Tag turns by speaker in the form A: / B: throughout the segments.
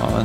A: Ja,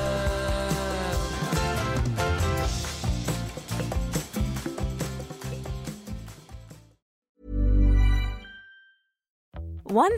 B: One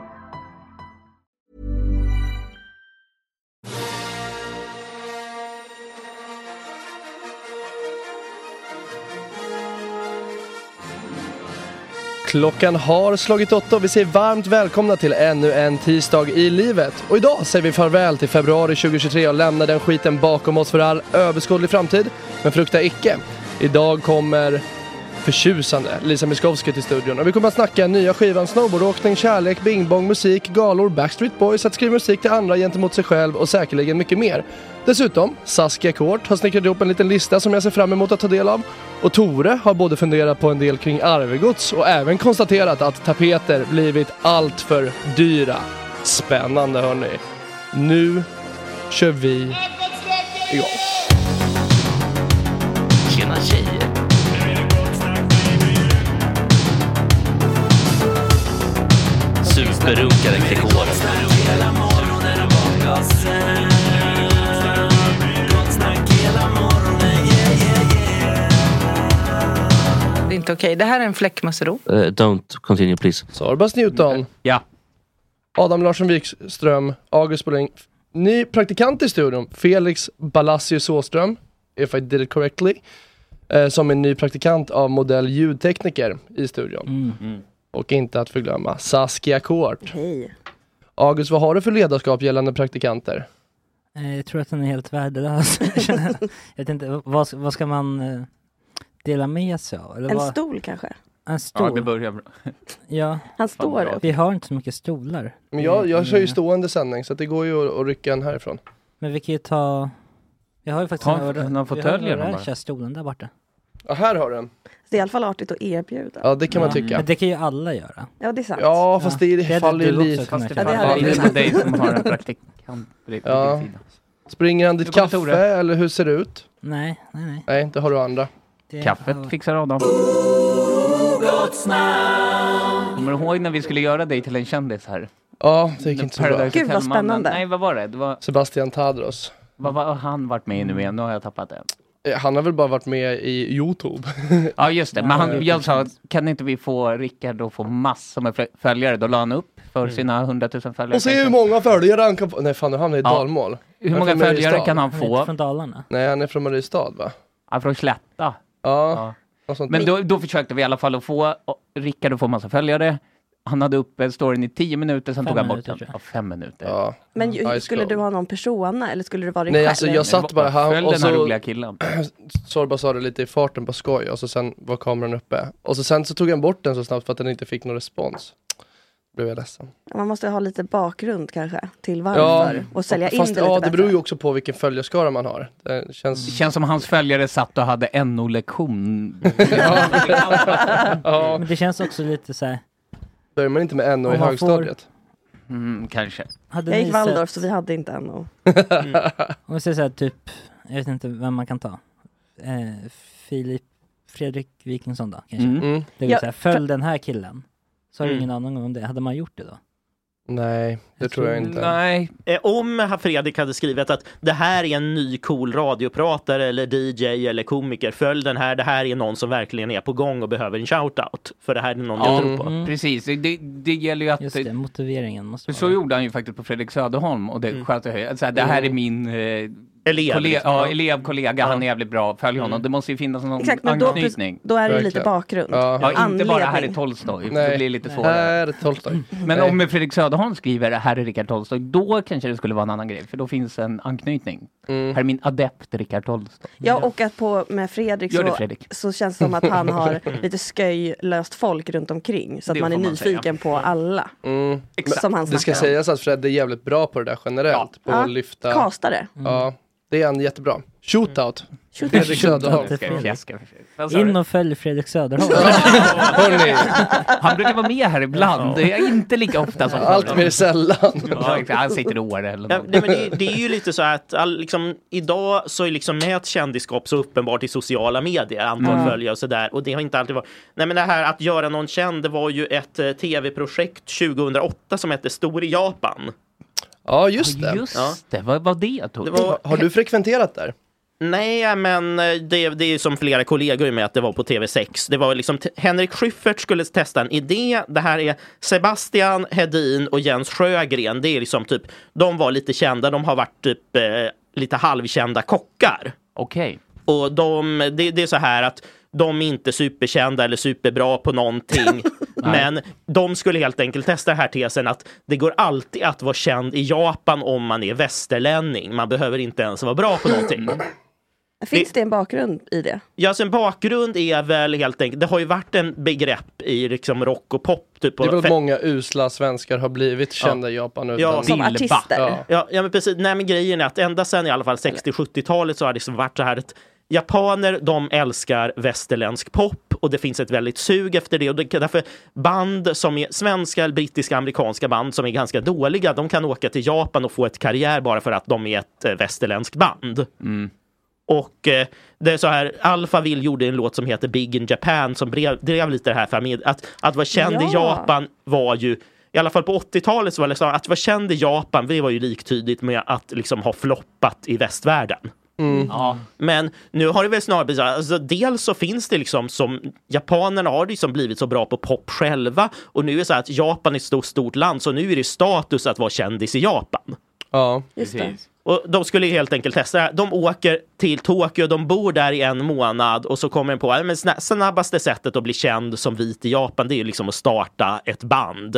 C: Klockan har slagit åtta och vi säger varmt välkomna till ännu en tisdag i livet. Och idag säger vi farväl till februari 2023 och lämnar den skiten bakom oss för all överskådlig framtid. Men frukta icke. Idag kommer förtjusande Lisa Miskovsky till studion och vi kommer att snacka nya skivan, snowboardåkning, kärlek, bingbong, musik, galor, Backstreet Boys, att skriva musik till andra gentemot sig själv och säkerligen mycket mer. Dessutom, Saskia Kort har snickrat ihop en liten lista som jag ser fram emot att ta del av och Tore har både funderat på en del kring arvegods och även konstaterat att tapeter blivit allt för dyra. Spännande hörni. Nu kör vi igång.
D: Tjena tjejer!
A: Berunkade Gregor.
D: Det är inte okej. Det här är en fläckmussero.
E: Uh, don't continue please.
C: Sorbas Newton,
E: Ja.
C: Adam Larsson Wikström, August Bolin, ny praktikant i studion, Felix Balassius Åström, if I did it correctly, eh, som är ny praktikant av modell ljudtekniker i studion. Och inte att förglömma Saskia Kort.
D: Hej.
C: August, vad har du för ledarskap gällande praktikanter?
F: Eh, Jag tror att den är helt värdelös. alltså. jag vet inte, vad, vad ska man eh, dela med sig av? Eller
G: En
F: vad-
G: stol kanske?
F: En stol? Ja,
E: börjar bra.
G: Han står upp.
F: vi har inte så mycket stolar.
C: Men jag, jag
F: Mm.
C: kör ju stående sändning, så att det går ju att, att rycka en härifrån.
F: Men vi kan ju ta... Jag har ju faktiskt
E: Ta
F: en
E: en-
F: öra-
E: någon
F: vi har
E: fåtölj eller
F: öra-
E: bara.
F: kör stolen där borta.
C: Ja, här har du den.
G: Det är i alla fall artigt att erbjuda.
C: Ja, det kan man tycka.
F: Men det kan ju alla göra.
G: Ja, det är sant.
C: Ja, fast det, det
F: hade
C: faller ju
F: du också
C: lite.
F: kunnat
G: Ja, det
F: göra.
G: hade jag kunnat.
E: dig som har en praktikant på din
C: Ja.
E: sida.
C: Springer han ditt
E: Nu kommer
C: kaffe,
E: Tore.
C: eller hur ser det ut?
F: Nej, nej, nej.
C: Nej, det har du andra.
F: Det-
E: Kaffet fixar Adam. Kommer du ihåg när vi skulle göra dig till en kändis här?
C: Ja, det gick inte så bra.
G: Gud vad spännande.
E: Nej, vad var det? det var,
C: Sebastian Tadros.
E: vad vad har han varit med i nu igen? Nu har jag tappat det.
C: Eh, Han har väl bara varit med i Youtube.
E: Ja, just det. Men han, jag sa,
F: precis.
E: kan inte vi få Rickard att få massor med fl- följare? Då la han upp för sina 100 000 följare.
C: Mm. Och se hur många följare han kan få. Nej fan, nu hamnar jag i
E: Ja.
C: dalmål.
E: Hur
C: Han är
E: många
C: från Mariestad.
E: följare kan han
F: Han är inte
E: få?
F: från Dalarna.
C: Nej, han är från Mariestad va?
E: Ja, från Slätta.
C: Ja,
E: Ja.
C: något sånt.
E: Men då, då försökte vi i alla fall att få och Rickard att få massa följare. Han hade uppe storyn i 10 minuter, sen
F: Fem
E: tog han bort
F: minuter,
E: den.
F: tror jag.
E: Ja, fem minuter.
C: Ja.
G: Men ju,
C: Ice
G: skulle
C: Cold.
G: du ha någon persona eller skulle du vara dig
C: Nej,
G: själv?
C: alltså, jag- satt
E: Det
C: bara här
E: Följ
C: och
E: den här
C: så-
E: roliga killen.
C: Sorba sa det lite i farten på skoj och så sen var kameran uppe. Och så sen så tog han bort den så snabbt för att den inte fick någon respons. Blev jag ledsen.
G: Man måste ha lite bakgrund kanske till varför och sälja in
C: fast,
G: det lite
C: ja, det beror ju
G: bättre.
C: också på vilken följarskara man har. Eh, Det känns...
E: Det känns som hans följare satt och hade NO-lektion.
C: Ja,
F: Men det känns också lite så här...
C: börjar man inte med NO i
F: Om man
C: högstadiet.
E: Mm, kanske.
F: Hade
G: Jag
F: ni
G: gick Waldorf
F: sett- Mm.
G: så vi hade inte en och...
F: Om vi säger så här, typ, jag vet inte vem man kan ta. Eh, Filip, Fredrik Wikingsson då kanske?
E: Mm.
C: Mm.
F: Det vill
G: Ja,
F: säga, följ den här killen. Så har du
H: Mm.
F: ingen aning om det. Hade man gjort det då?
C: Nej, det
F: Jag
C: tror jag
F: tror-
C: inte.
E: Nej,
H: Eh, Om herr Fredrik hade skrivit att det här är en ny cool radiopratare eller DJ eller komiker, följ den här, det här är någon som verkligen är på gång och behöver en shoutout. För det här är någon
E: Ja. mm,
H: jag tror på.
E: precis. Det, det gäller ju att...
F: Just det, motiveringen måste
E: För så
F: vara...
E: gjorde han ju faktiskt på Fredrik Söderholm och det
H: Mm.
E: sköt jag höjden. Så här, Det här är min eh,
H: Elev.
E: kolle-
H: liksom.
E: ja, elev, kollega, han är jävligt bra, följ honom.
H: Mm.
E: Det måste ju finnas någon
G: Exakt, men då,
E: anknytning.
G: då är det ju lite
C: Verkligen.
G: bakgrund.
C: Ja.
E: Ja, inte bara här är
G: Anledning.
E: Tolstoj,
C: Nej.
E: det blir lite
F: Nej.
E: svårare.
C: Här är Tolstoj.
E: Men
C: Nej.
E: om Fredrik Söderholm skriver här är Rickard Tolstoj, då kanske det skulle vara en annan grej, för då finns en anknytning.
C: Mm.
E: Här är min adept Rickard Tolstoj.
G: Ja, och att på, med Fredrik
E: Gör det
G: så,
E: Fredrik.
G: så känns det som att han har lite sköjlöst folk runt omkring. Så att
E: Det
G: man är
E: får man säga.
G: nyfiken på alla
C: Mm.
G: som han
C: Det ska
G: snackar om.
C: sägas att Fred är jävligt bra på det där generellt. På
G: Ja.
C: att lyfta. Mm.
G: Kastare.
C: Ja, det är han jättebra. Shootout. Fredrik Söderholm.
F: Shootout. Fredrik.
E: Fjäska, fjäska. Vad sa du?
F: In och följ Fredrik Söderholm.
C: Hörni,
E: Han brukar vara med här ibland, det är inte lika ofta som
C: allt
E: förut.
C: mer sällan.
E: Ja, exakt. Han sitter i Åre eller
H: Ja,
E: något.
H: nej, men det, det är ju lite så att all, liksom, idag så är liksom nät kändisskap så uppenbart i sociala medier, antal
C: Mm.
H: följare och sådär. Och det har inte alltid varit. Nej men det här att göra någon känd, det var ju ett eh, tv-projekt 2008 som hette Stor i Japan.
C: Ja, just det.
E: Just det, vad var det Tor?
H: Det var,
C: Har du frekventerat där?
H: nej men eh, det, det är ju som flera kollegor med att det var på TV6. Det var liksom t- Henrik Schyffert skulle testa en idé. Det här är Sebastian Hedin och Jens Sjögren. Det är liksom typ, de var lite kända, de har varit typ eh, lite halvkända kockar.
E: Okej.
H: Och de, det, det är så här att de är inte superkända eller superbra på någonting. men de skulle helt enkelt testa den här tesen att det går alltid att vara känd i Japan om man är västerlänning. Man behöver inte ens vara bra på någonting.
G: Finns det en bakgrund i det?
H: Ja, sen bakgrund är väl helt enkelt, det har ju varit en begrepp i liksom rock och pop. Typ på
C: Det är väl att
H: fe-
C: många usla svenskar har blivit kända i Japan utan...
G: Som
E: Dilba.
G: artister?
C: Ja.
H: Ja, ja men precis. Nej, men grejen är att ända sedan i alla fall 60-70-talet så har det liksom varit så här att japaner, de älskar västerländsk pop och det finns ett väldigt sug efter det och det, därför band som är svenska, brittiska, amerikanska band som är ganska dåliga, de kan åka till Japan och få ett karriär bara för att de är ett eh, västerländskt band.
E: Mm.
H: Och eh, det är så här, Alphaville gjorde en låt som heter Big in Japan som brev, drev lite det här för att, att vara känd i
G: Ja.
H: Japan var ju i alla fall på 80-talet så var liksom, att vara känd i Japan, vi var ju liktydigt med att liksom ha floppat i västvärlden.
C: Mm.
E: Ja.
H: Men nu har det väl snarare blivit så här, alltså, dels så finns det liksom som japanerna har liksom blivit så bra på pop själva och nu är det så här att Japan är ett stort, stort land så nu är det status att vara kändis i Japan.
C: Ja,
G: Just det. Precis.
H: Och de skulle helt enkelt testa det här. De åker till Tokyo, de bor där i en månad och så kommer de på att snab- snabbaste sättet att bli känd som vit i Japan det är ju liksom att starta ett band.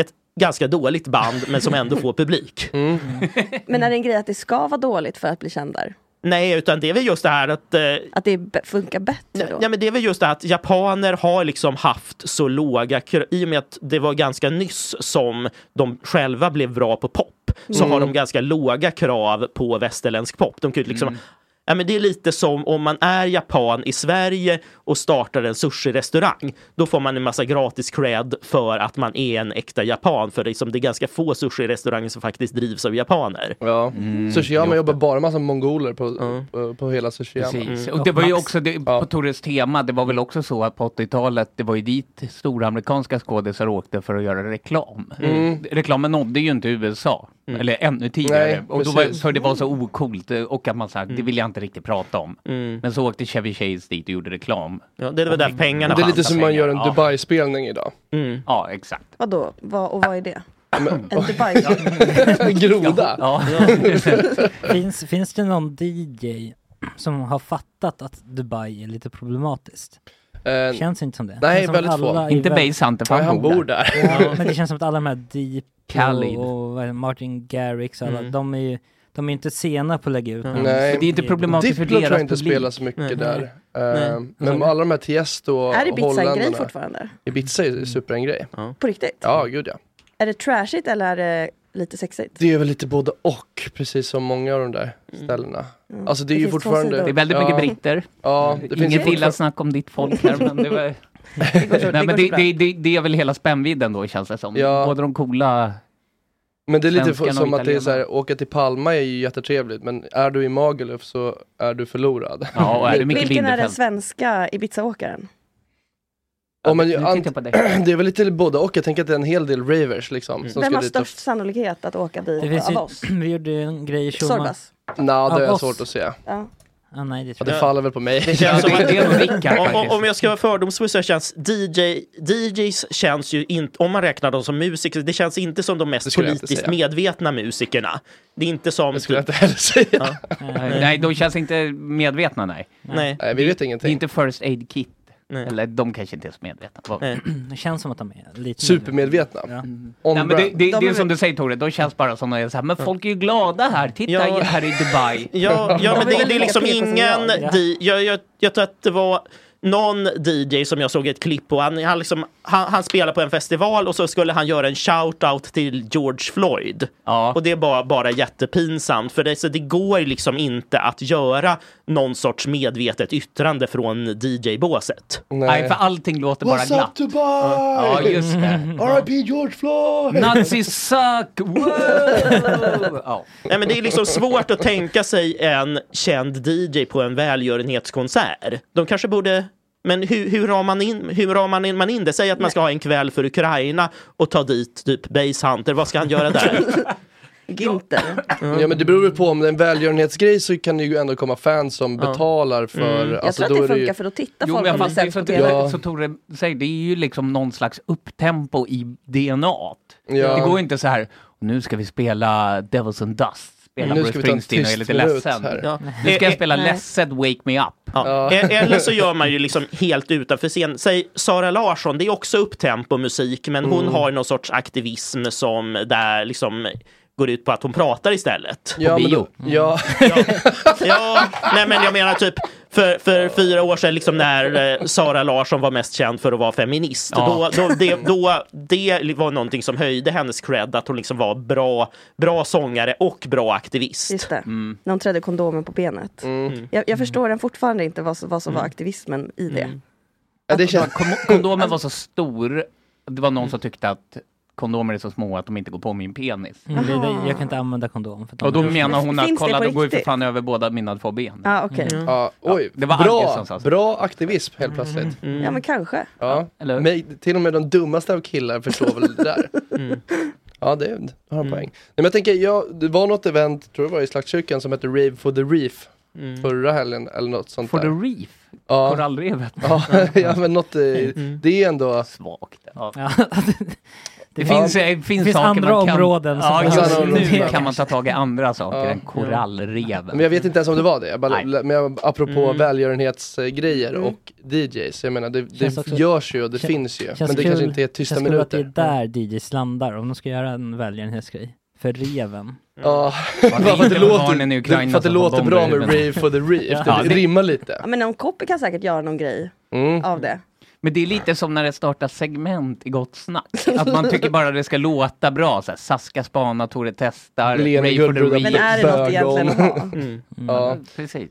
H: Ett ganska dåligt band men som ändå får publik.
G: Mm.
E: Mm.
G: Men är det en grej att det ska vara dåligt för att bli känd där?
H: Nej, utan det är väl just det här att eh,
G: Att det be- funkar bättre då?
H: Ja, men det är väl just det att japaner har liksom haft så låga kr- I och med att det var ganska nyss som de själva blev bra på pop så
C: Mm.
H: har de ganska låga krav på västerländsk pop. De kan ju liksom Ja, men det är lite som om man är japan i Sverige och startar en sushi-restaurang. Då får man en massa gratis cred för att man är en äkta japan. För det är, som, det är ganska få sushi-restauranger som faktiskt drivs av japaner.
C: ja.
E: Mm,
C: Sushiyama jobbar bara massa mongoler på, på, på hela Sushiyama.
E: Precis.
C: Mm.
E: Och det var ju
C: Max.
E: också, det, på Tores tema, det var väl också så att på 80-talet, det var ju dit stora amerikanska skådisar åkte för att göra reklam.
C: Mm.
E: Reklamen nådde ju inte USA,
H: Mm.
E: eller ännu tidigare.
C: Nej,
E: och då var,
C: precis.
E: för det var så okult eh, och att man sa,
H: Mm.
E: det vill jag inte riktigt prata om. Men så åkte Chevy Chase dit och gjorde reklam.
H: Ja, det är väl där pengarna
C: Det är lite
H: fanns.
C: som man gör en
E: Ja.
C: Dubai-spelning idag.
H: Mm.
E: Ja, exakt.
G: Vadå? Vad, och vad är det?
C: Men-
G: En Dubai?
C: En groda.
E: Ja.
F: Finns, finns det någon DJ som har fattat att Dubai är lite problematiskt?
C: Eh,
F: Känns inte som det.
C: nej,
F: Känns som att
C: väldigt få.
F: alla är
E: inte
F: väldigt-
E: Base Hunter, för
C: Nej, han bor
E: där.
C: där.
F: Ja, men det känns som att alla de här Deep
E: Khalid.
F: och vad är det, Martin Garrix och alla,
H: Mm.
F: de är ju de är inte sena på att lägga ut någon
C: Nej.
E: Mm. Det är inte problematiskt för
C: Diplo tror
E: deras
C: jag inte
E: publik.
C: spelar så mycket
H: Nej.
C: där.
H: Nej.
C: Eh, Men alla de här Tiesto och
G: är Ibiza en grej
C: holländarna.
G: fortfarande?
C: Ibiza
E: Mm.
C: är super en grej.
G: På riktigt?
C: Ja, gud ja.
G: Är det trashigt eller är det lite sexigt?
C: Det är väl lite både och, precis som många av de där ställena.
G: Mm.
C: Alltså det är
G: Det
C: ju
G: finns två
C: fortfarande...
G: sidor.
E: Det är väldigt
C: ja,
E: mycket britter.
C: Ja, det finns ju
E: Inget illa
C: fortfarande...
E: snack om ditt folk här, men det var...
G: Det går så,
E: Nej, men
G: går så
E: det,
G: bra.
E: det, det, det är väl hela spännvidden då känns det som.
C: Ja.
E: Både de coola...
C: Men det är lite
E: svenskarna
C: fo-
E: och
C: som att det är
E: italienarna.
C: så här, åka till Palma är ju jättetrevligt, men är du i Magaluf så är du förlorad.
E: Ja, och är det
G: Vil-
E: Micke
G: Vilken är den
E: Bindefeld?
G: svenska Ibiza-åkaren?
C: Mm. Ja, men, ju
E: Nu
C: ant-
E: tittar jag på dig.
C: det är väl lite både och, jag tänker att det är en hel del ravers liksom. Som
G: Vem
C: ska
G: har
C: dit och-
G: störst sannolikhet att åka dit
F: Det finns
G: av
F: ju,
G: oss?
F: vi gjorde ju en grej i Schulman.
G: Sorbas?
C: Nja, det
F: Av
C: har jag
F: oss.
C: svårt att se.
G: Ja.
F: Ah, nej, det
C: Ja,
F: tror
C: det
F: jag.
C: faller väl på mig.
H: Det känns som
E: Ja,
H: att
E: det är nog Rickard
H: Om- om,
E: faktiskt.
H: om jag ska vara fördomsfull så känns DJ, DJs känns ju inte, om man räknar dem som musiker, det känns inte som de
C: Det
H: mest
C: skulle jag inte
H: politiskt
C: säga.
H: medvetna musikerna. Det är inte som... typ
C: Det skulle jag inte heller säga.
E: Nej, de känns inte medvetna, nej.
H: Nej.
C: Nej, vi vet
E: Det är
C: ingenting.
E: inte First Aid Kit.
H: Nej.
E: Eller de kanske inte är så medvetna. Vad-
H: Nej.
F: Eh, Det känns som att de är lite
C: Supermedvetna. Mm.
F: Ja.
C: On
E: Nej, men det,
C: brand.
E: det,
G: De
E: det är
G: är-
E: som du säger Tore, de känns bara som de är så här, men folk är ju glada här, titta
H: Ja.
E: här i Dubai.
H: Ja, ja men
G: De
H: det,
G: är väl
H: det är
G: lika
H: liksom
G: PK som jag,
H: ingen...
F: ja.
H: di- Jag, jag, jag tror att det var någon DJ som jag såg ett klipp på. Han, han, liksom, han, han spelade på en festival och så skulle han göra en shout-out till George Floyd.
E: Ja.
H: Och det är bara, bara jättepinsamt. För det, så det går liksom inte att göra någon sorts medvetet yttrande från DJ-båset.
E: Nej, för allting låter bara
C: What's up
E: glatt.
C: Dubai?
E: Ja, just det.
C: R.I.P. George Floyd!
E: Nazis suck! Wow! Ja.
H: Nej, men det är liksom svårt att tänka sig en känd DJ på en välgörenhetskonsert. De kanske borde... Men hur, hur ramar man in, hur rar man in, man in det? Säg att man ska ha en kväll för Ukraina och ta dit typ Basehunter. Vad ska han göra där?
G: Günther?
C: Ja men det beror ju på, om det är en välgörenhetsgrej så kan det ju ändå komma fans som betalar för...
G: Mm.
C: alltså,
G: Jag tror att det funkar för att titta
E: Jo,
G: folk
E: men
G: på
E: fast det är
G: sätt
E: så,
G: på
E: det,
G: tv.
C: Ja.
E: så Tore säger, det är ju liksom någon slags upptempo i DNA. t.
C: Ja.
E: Det går ju inte så här, nu ska vi spela Devils and Dust, spela
C: Nu
E: Bruce
C: ska vi ta en
E: Springsteen och jag är
C: tyst
E: lite
C: minut
E: ledsen.
C: här.
H: Ja.
E: Nu ska jag
H: Eh,
E: spela
G: Nej.
E: Ledset Wake Me Up.
H: Ja. E- Eller så gör man ju liksom helt utanför scen. Säg Sara Larsson, det är också upptempo musik, men hon har någon sorts aktivism som där liksom går ut på att hon pratar istället.
C: Ja, men då,
E: bio.
C: ja,
H: Ja, nej men jag menar typ för, för fyra år sedan liksom när eh, Sara Larsson var mest känd för att vara feminist.
E: Ja.
H: Då, då, det, då, det var någonting som höjde hennes cred att hon liksom var bra, bra sångare och bra aktivist. Mm.
G: Just det,
E: Mm.
G: när hon trädde kondomen på benet. Jag, jag förstår den fortfarande inte vad, som- vad
E: Mm.
G: som var aktivismen i det.
E: Alltså,
C: ja, det känns...
E: Kom- Kondomen var så stor, det var någon som tyckte att kondomer är så små att de inte går på min penis.
F: Mm, det, det, jag kan inte anvälla kondom. För att de-
E: Och då menar hon att
F: Finns det
E: kolla,
F: på
E: då går ju för
F: riktigt?" Ah,
E: fan över båda mina två ben.
G: Ja, Ah, okej.
F: Mm.
C: Ja, oj,
E: det var alltså. Anke
C: bra,
E: som sa så.
C: bra aktivism helt plötsligt.
G: Ja,
E: Mm.
G: men kanske.
C: Ja, men till och med de dummaste av killar förstår väl det där. Ja, det det har en poäng. Nej, men jag tänker, ja, det var något event, tror jag det var i Slaktkyrkan, som hette Rave for the Reef
H: Mm.
C: förra helgen eller något sånt
E: For
C: där.
E: the reef?
C: Ja.
E: Korallrevet?
C: Ja, ja, men något, eh, det är ändå...
E: Svagt.
F: Ja.
E: Det finns, eh, finns, saker
F: andra
E: man kan,
F: områden som
E: Ja,
F: man-
E: just
F: Andra
E: nu
F: områden.
E: kan man ta tag i andra saker
C: Ja.
E: än korallreven.
C: Men jag vet inte ens om det var det. Jag bara,
E: Nej.
C: men jag, apropå
E: Mm.
C: välgörenhetsgrejer och DJs. Jag menar, det, det
F: Känns också-
C: görs ju och det
F: Kän-
C: finns ju.
F: känns
C: Men det
F: kul-
C: kanske inte är tysta
F: känns kul
C: minuter.
F: att det är där DJs landar, om de ska göra en välgörenhetsgrej. För reven.
C: Ja,
F: Var det
C: för att
F: inte
C: det
F: barnen i
C: låter,
F: Ukraina
C: för att det
F: som får
C: låter
F: bomber
C: bra
F: i
C: med
F: huvudet?
C: Rave for the Reef.
E: Ja,
C: Det
E: det-
C: rimmar lite.
G: Ja, men någon koppel kan säkert göra någon grej
C: Mm.
G: av det.
E: Men det är lite som när det startar segment i Gott Snack. Att man tycker bara det ska låta bra. Så här, Saska spana, Tore testar,
C: Lena
E: Ray for the
C: Guldrudda
E: Reef.
C: Men är det något egentligen att ha?
H: Mm.
C: Ja.
E: Precis.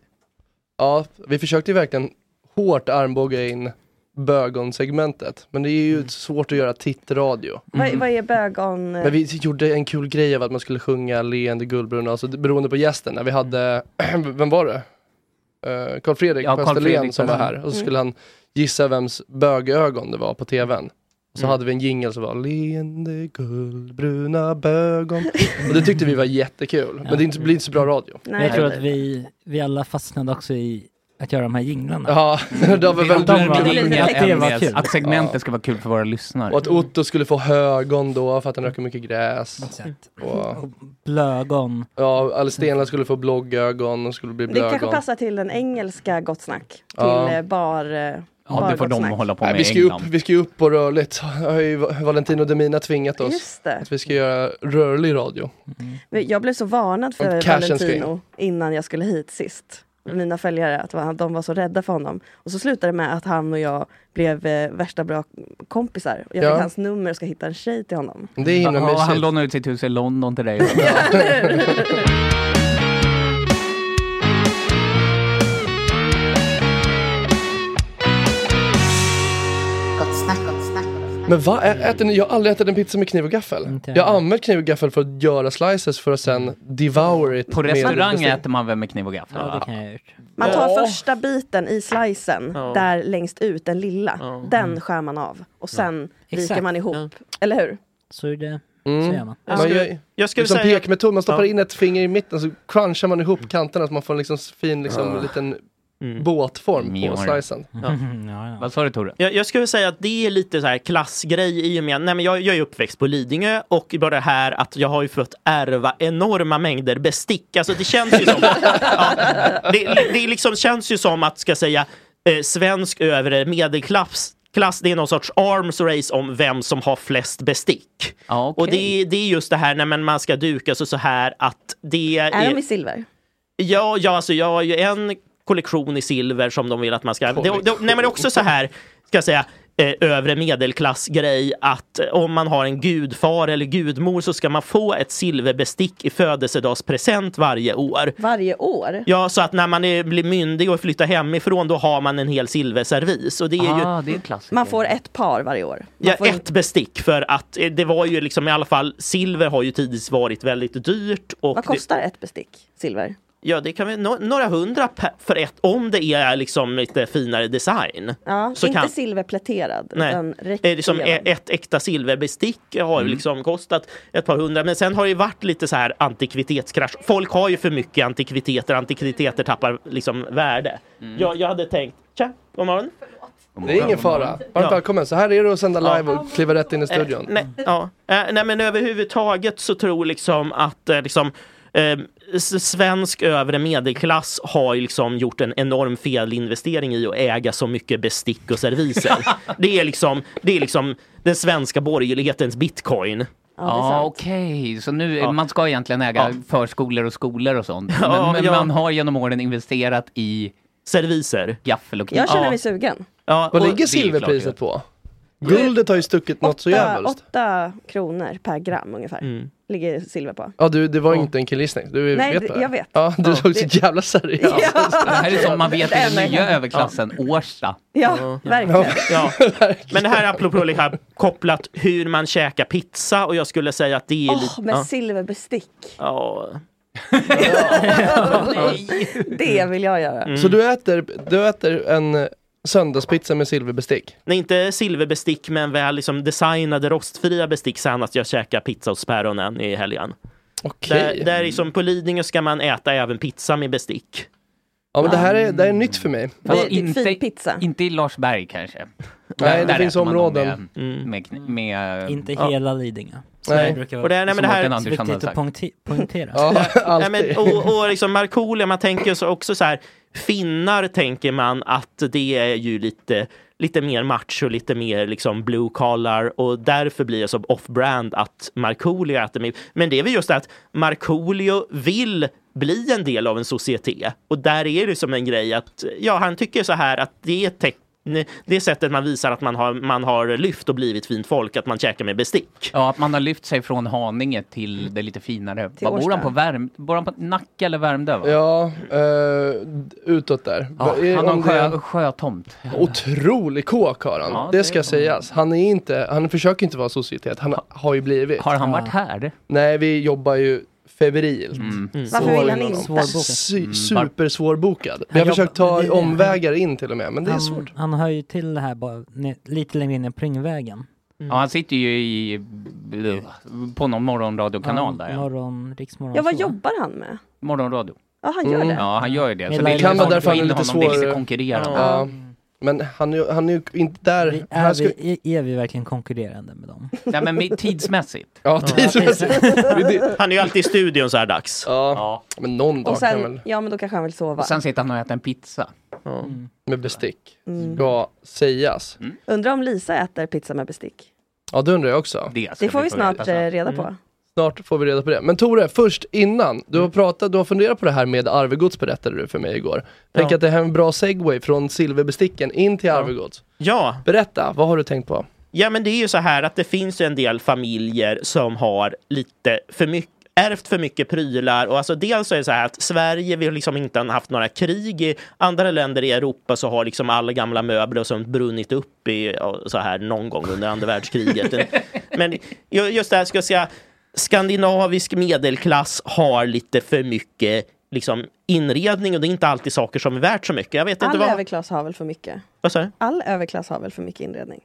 C: Ja, vi försökte ju verkligen hårt armbåga in bögonsegmentet. Men det är ju svårt att göra tittradio.
E: Mm.
G: Vad, vad är eh, bögon...
C: Men vi gjorde en kul grej av att man skulle sjunga Leende guldbrunna, alltså det- beroende på gästen. När vi hade, vem var det? Eh, Carl Fredrik
E: Ja,
C: på
E: Carl
C: Österlen
E: Fredrik
C: som
E: på
C: var
E: Österlen.
C: här. Och så
E: Mm.
C: skulle han gissa vems bögögon det var på tvn. Och så
E: Mm.
C: hade vi en jingle som var Leende guldbruna bögon. Och det tyckte vi var jättekul. Men det är inte- blir inte så bra radio.
F: Men jag tror att vi, vi alla fastnade också i att göra de här jinglarna.
C: Ja,
F: Mm.
C: det var väl-
F: de var,
C: Det blir
F: att det var kul.
E: Att segmentet ska vara kul för våra lyssnare.
C: Och att Otto skulle få högon då för att han röker mycket gräs. Och,
F: Blögon.
C: ja, Alice Stenlöf skulle få bloggögon och skulle bli
G: Det kanske
C: blögon.
G: passar till den engelska Gott Snack. Till
C: typ Ja.
G: eh, bar... eh,
E: Ja,
G: bar
E: det får
G: Gott
E: de
G: Snack.
E: hålla på
C: Nej,
E: med
C: vi,
E: i
C: ska ju upp,
E: England.
C: vi ska ju upp och rörligt. Har ju Valentino Demina tvingat oss
G: Just det.
C: att vi ska göra rörlig radio.
G: Men Jag blev så varnad för
C: Och cashen ska
G: Valentino innan jag skulle hit sist. Mina följare, att va- de var så rädda för honom. Och så slutade det med att han och jag blev eh, värsta bra kompisar. Och jag
E: Ja.
G: fick hans nummer och ska hitta en tjej till honom.
C: Det är himla
E: Ja,
C: mysigt.
E: Han lånar ut sitt hus i London till dig.
I: Gott snack, gott snack.
C: Men vad ä- äter ni? Jag har aldrig ätit en pizza med kniv och gaffel. Jag har använt kniv och gaffel för att göra slices för att
E: Mm.
C: sen devour it.
E: På
C: med
E: restaurang
C: bestick.
E: äter man väl med kniv och gaffel? va?
G: Man tar
E: Ja.
G: första biten i slicen,
E: Ja. Mm.
G: där längst ut, den lilla. Den skär man av. Och sen viker
F: Exakt.
G: man ihop. Eller hur?
F: Så är det.
C: Mm.
F: Så gör man.
C: Man gör,
H: jag skulle
C: liksom
H: säga-
C: pekmetod, man stoppar
H: Ja.
C: in ett finger i mitten så crunchar man ihop kanterna så man får en liksom fin liksom,
H: Ah.
C: liten
E: Mm.
C: båtform på
H: Mjor.
C: slicen.
H: Ja.
E: Vad sa du Tore?
H: Jag, jag skulle säga att det är lite så här klassgrej i och med, nej men jag, jag är uppväxt på Lidingö och bara det här att jag har ju fått ärva enorma mängder bestick. Alltså det känns ju som, ja, det, det liksom känns ju som att, ska jag säga, eh, svensk övre medelklass Klass, det är någon sorts arms race om vem som har flest bestick. Och det, är- det är just det här när man ska duka så, så här att det
E: Äh,
G: Är de i silver?
H: Ja, ja alltså jag har ju en kollektion i silver som de vill att man ska... Det, det, nej, men det är också så här, ska jag säga, eh, övre medelklassgrej att eh, om man har en gudfar eller gudmor så ska man få ett silverbestick i födelsedagspresent varje år.
G: Varje år?
H: Ja, så att när man är, blir myndig och flyttar hemifrån då har man en hel silverservis. Och det är ju...
G: Man får ett par varje år.
H: Ja, ett bestick för att eh, det var ju liksom i alla fall silver har ju tidvis varit väldigt dyrt. Och
G: Vad
H: det,
G: kostar ett bestick silver?
H: Ja, det kan vi, nå- några hundra per, för ett, om det är liksom lite finare design.
G: Ja,
H: Så
G: inte
H: kan-
G: silverpläterad,
H: Nej.
G: utan
H: Eh, liksom
G: rektevad.
H: e- ett äkta silverbestick har ju
C: Mm.
H: liksom kostat ett par hundra. Men sen har det ju varit lite så här antikvitetskrasch. Folk har ju för mycket antikviteter. Antikviteter tappar liksom värde. Jag, jag hade tänkt, tja, god morgon.
C: Det är ingen fara. Varmt
H: Ja.
C: välkommen. Så här är det att sända
H: Ja.
C: live och kliva rätt in i studion. Mm.
H: Eh, nej, ja. eh, nej men överhuvudtaget så tror liksom att eh, liksom, eh, s- svensk övre medelklass har ju liksom gjort en enorm felinvestering i att äga så mycket bestick och serviser. det, är liksom, det är liksom den svenska borgerlighetens bitcoin.
E: Ja, okej. Så nu, man ska egentligen äga förskolor och skolor och sånt. Men,
H: Ja,
E: men
H: ja.
E: man har genom åren investerat i
H: serviser,
E: gaffel och kniv.
G: Jag känner
E: Ja.
G: mig sugen.
H: Ja,
C: Vad
E: och
C: ligger
E: det är klart,
C: silverpriset
E: ja.
C: på? Guldet har ju stuckit något så
G: Åtta-
C: jävligt.
G: Åtta kronor per gram ungefär
C: Mm.
G: ligger silver på.
C: Ja, du, det var inte en killgissning. Du
G: Nej,
C: vet
G: det-
C: vad det är.
G: jag vet.
C: Ja, du
G: Ja.
C: såg så
G: Det-
C: jävla seriös ut.
E: Det här är som man vet i
G: Det
E: den
G: är
E: nya
G: verkligen.
E: överklassen, Årsta.
G: Ja, verkligen.
H: Ja. Men det här är apropå liksom kopplat hur man käkar pizza och jag skulle säga att det är
G: Åh,
H: lite...
G: med
H: ja.
G: silverbestick.
H: Ja.
G: Det vill jag göra.
H: Mm.
C: Så du äter, du äter en söndagspizza med silverbestick?
H: Nej, inte silverbestick men väl liksom designade rostfria bestick senast jag käkade pizza hos päronen i helgen. Där, där är som på Lidingö ska man äta även pizza med bestick.
C: Ja, men det här är, det här är nytt för mig.
E: Fast inte, inte i Larsberg kanske.
C: Nej, det finns
E: äter man dem
C: områden. Mm.
E: Med, med, kn- med,
F: Inte
E: ja.
F: hela Lidingö. Så
E: Nej.
F: det brukar vara-
E: Och det är- nej, men det här-
F: Som Håkan Andersson
E: Viktigt
F: har
E: att
F: sagt. poängtera.
H: Nej, men, och och liksom Markoolio, man tänker så också så här, finnar tänker man att det är ju lite, lite mer macho, lite mer liksom blue collar och därför blir det så off-brand att Markoolio äter mig. Men det är väl just att Markoolio vill bli en del av en societé och där är det som en grej att ja, han tycker så här att det är teck- det sättet man visar att man har, man har lyft och blivit fint folk, att man käkar med bestick.
E: Ja, att man har lyft sig från Haninge till det lite finare. Var bor
H: Årsta.
E: han på? Värm, bor han på Nacka eller Värmdö? Va?
C: Ja, eh, utåt där.
E: Ja,
C: Vad är-
E: han har en
C: om det-
E: sjö, sjötomt.
C: Otrolig kåk har han.
E: Ja,
C: det ska sägas. Han är inte, han försöker inte vara societet. Han har ju blivit.
E: Har han varit här? Mm.
C: Nej, vi jobbar ju febrilt.
E: Varför
C: Så-
E: vill han inte? Svårbokad.
C: Sy-
F: Mm.
C: supersvårbokad. Vi
F: Han
C: har försökt
F: jobbar-
C: ta omvägar in till och med, men det är
F: han,
C: svårt.
F: han hör ju till det här bara, ne- lite längre in i Pringvägen.
C: Mm.
E: Ja, han sitter ju i, på någon morgonradiokanal där. Ja.
F: Morgon, riksmorgon.
G: Ja, vad jobbar han med?
E: Morgonradio.
G: Ja, han
C: Mm.
G: gör det.
E: Ja, han gör ju det.
F: Det
E: Så det är
F: kan
E: liksom-
F: vara
C: därför han är
E: in
C: lite
E: honom, Det är lite
C: svår-
E: konkurrerande.
C: Ja. Men han är ju han är ju inte där.
F: Är
C: här ska-
F: vi, är, är vi verkligen konkurrerande med dem?
E: Nej, men med- tidsmässigt.
C: Ja, tidsmässigt.
H: Han är ju alltid i studion så här dags.
C: Ja, men någon dag
G: Och
C: kan
G: sen,
C: väl...
G: ja men då kanske han vill sova.
E: Och sen sitter han och äter en pizza. Mm.
C: Med bestick. Ska sägas.
G: Undrar om Lisa äter pizza med bestick?
C: Ja, det undrar jag också. Mm.
G: Det får vi snart
C: alltså.
G: eh, reda
H: Mm.
G: på.
C: Snart får vi reda på det. Men Tore, först innan, du har
E: Mm.
C: pratat, du har funderat på det här med arvegods berättade du för mig igår. Tänk
H: Ja.
C: att det här är en bra segway från silverbesticken in till arvegods.
H: Ja,
C: Berätta, vad har du tänkt på?
H: Ja, men det är ju så här att det finns ju en del familjer som har lite för mycket ärvt för mycket prylar och alltså dels så är det så här att Sverige, vi har liksom inte haft några krig i andra länder i Europa så har liksom alla gamla möbler och sånt brunnit upp i ja, så här någon gång under andra världskriget. Men ju- just det här ska jag säga, skandinavisk medelklass har lite för mycket liksom inredning och det är inte alltid saker som är värt så mycket. Jag vet inte
G: All
H: vad...
G: överklass har väl för mycket?
H: Vad sa du?
G: All överklass har väl för mycket inredning?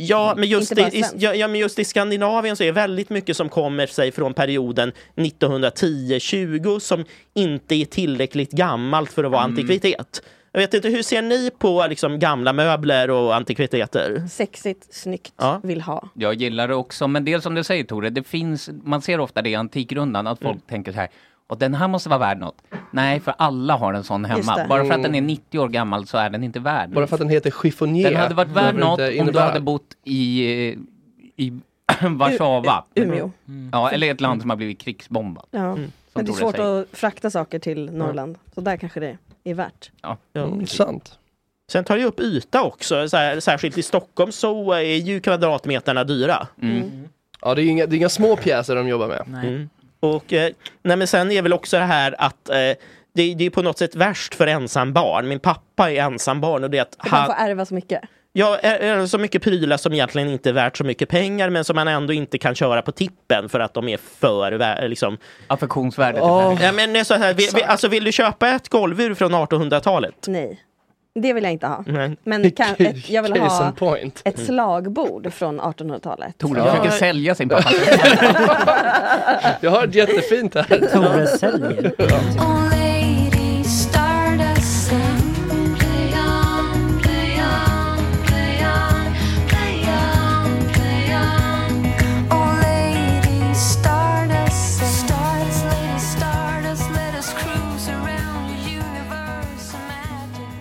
H: Ja men, just i,
G: Mm. Inte bara
H: i,
G: svensk.
H: ja, ja, men just i Skandinavien så är väldigt mycket som kommer sig från perioden 1910-20 som inte är tillräckligt gammalt för att
G: Mm.
H: vara antikvitet. Jag vet inte, hur ser ni på liksom, gamla möbler och antikviteter?
G: Sexigt, snyggt,
E: Ja.
G: vill ha.
E: Jag gillar det också, men dels som du säger Tore, det finns, man ser ofta det i Antikrundan att
C: Mm.
E: folk tänker så här, och den här måste vara värd något. Nej, för alla har en sån
C: Just
E: hemma.
C: det.
E: Bara för att
C: Mm.
E: den är 90 år gammal så är den inte värd
C: Bara för att den heter chiffonier.
E: Den hade varit värd
C: behöver
E: något
C: inte
E: om du
C: innebära-
E: hade bott i, eh, i Warszawa.
G: U- Umeå. Mm.
E: Ja, eller ett land som har blivit krigsbombat.
G: Ja. Men det är
E: Tore
G: svårt
E: säger.
G: att frakta saker till Norrland. Så där kanske det är värt.
E: Ja.
H: Mm,
C: sant.
H: Sen tar det upp yta också, så här, särskilt i Stockholm så är ju kvadratmeterna dyra.
A: Mm.
F: Mm.
C: Ja, det är ju inga, det är inga små pjäser de jobbar med.
H: Mm. Och eh, nej, men sen är väl också det här att eh, det, det är på något sätt värst för ensambarn. Min pappa är ensambarn och det är att
G: För man
H: han,
G: får ärva så mycket.
H: Ja, är- är det så mycket prylar som egentligen inte är värt så mycket pengar men som man ändå inte kan köra på tippen för att de är för... vä- Liksom.
E: Affektionsvärdet.
H: Oh. Ja, men det är så här, vill, vill, alltså, vill du köpa ett golvur från 1800-talet?
G: Nej. Det vill jag inte ha.
H: Nej. Mm.
G: Men kan, ett, jag vill
H: Case
G: ha
H: in point.
G: ett slagbord från 1800-talet.
E: Tore försöker sälja sin pappa.
C: Jag har ett jättefint här.
F: Tore säljer.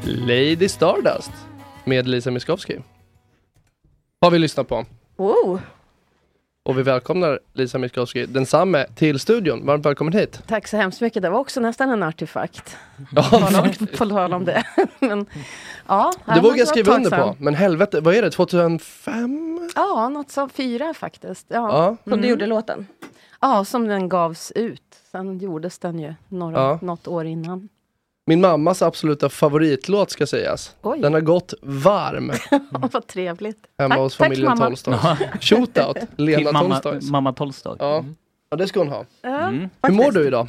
C: Lady Stardust med Lisa Miskovsky. Har vi lyssnat på.
G: Wow.
C: Och vi välkomnar Lisa Miskovsky, densamme, till studion. Varmt välkommen hit.
J: Tack så hemskt mycket. Det var också nästan en artefakt.
C: Ja,
J: På tal om- På tal om det. Men, ja,
C: det
J: här
C: vågar jag
J: måste
C: skriva
J: vara ett
C: under
J: tag
C: på.
J: sedan.
C: Men helvete, vad är det? 2005?
J: Ja, något som fyra faktiskt. Ja.
C: Ja. Som du
J: gjorde låten? Ja, som den gavs ut. Sen gjordes den ju några,
C: Ja.
J: något år innan.
C: Min mammas absoluta favoritlåt ska sägas.
J: Oj.
C: Den har gått varm
J: Vad trevligt.
C: Mm. hemma
J: Tack-
C: hos
J: tack,
C: familjen
J: mamma.
C: Tolstoj. Shootout, Lena
E: Till mamma-
C: Tolstoj.
E: Mamma Mm. Tolstoj.
C: Ja. ja, det ska hon ha.
J: Ja, Mm.
C: Hur mår du idag?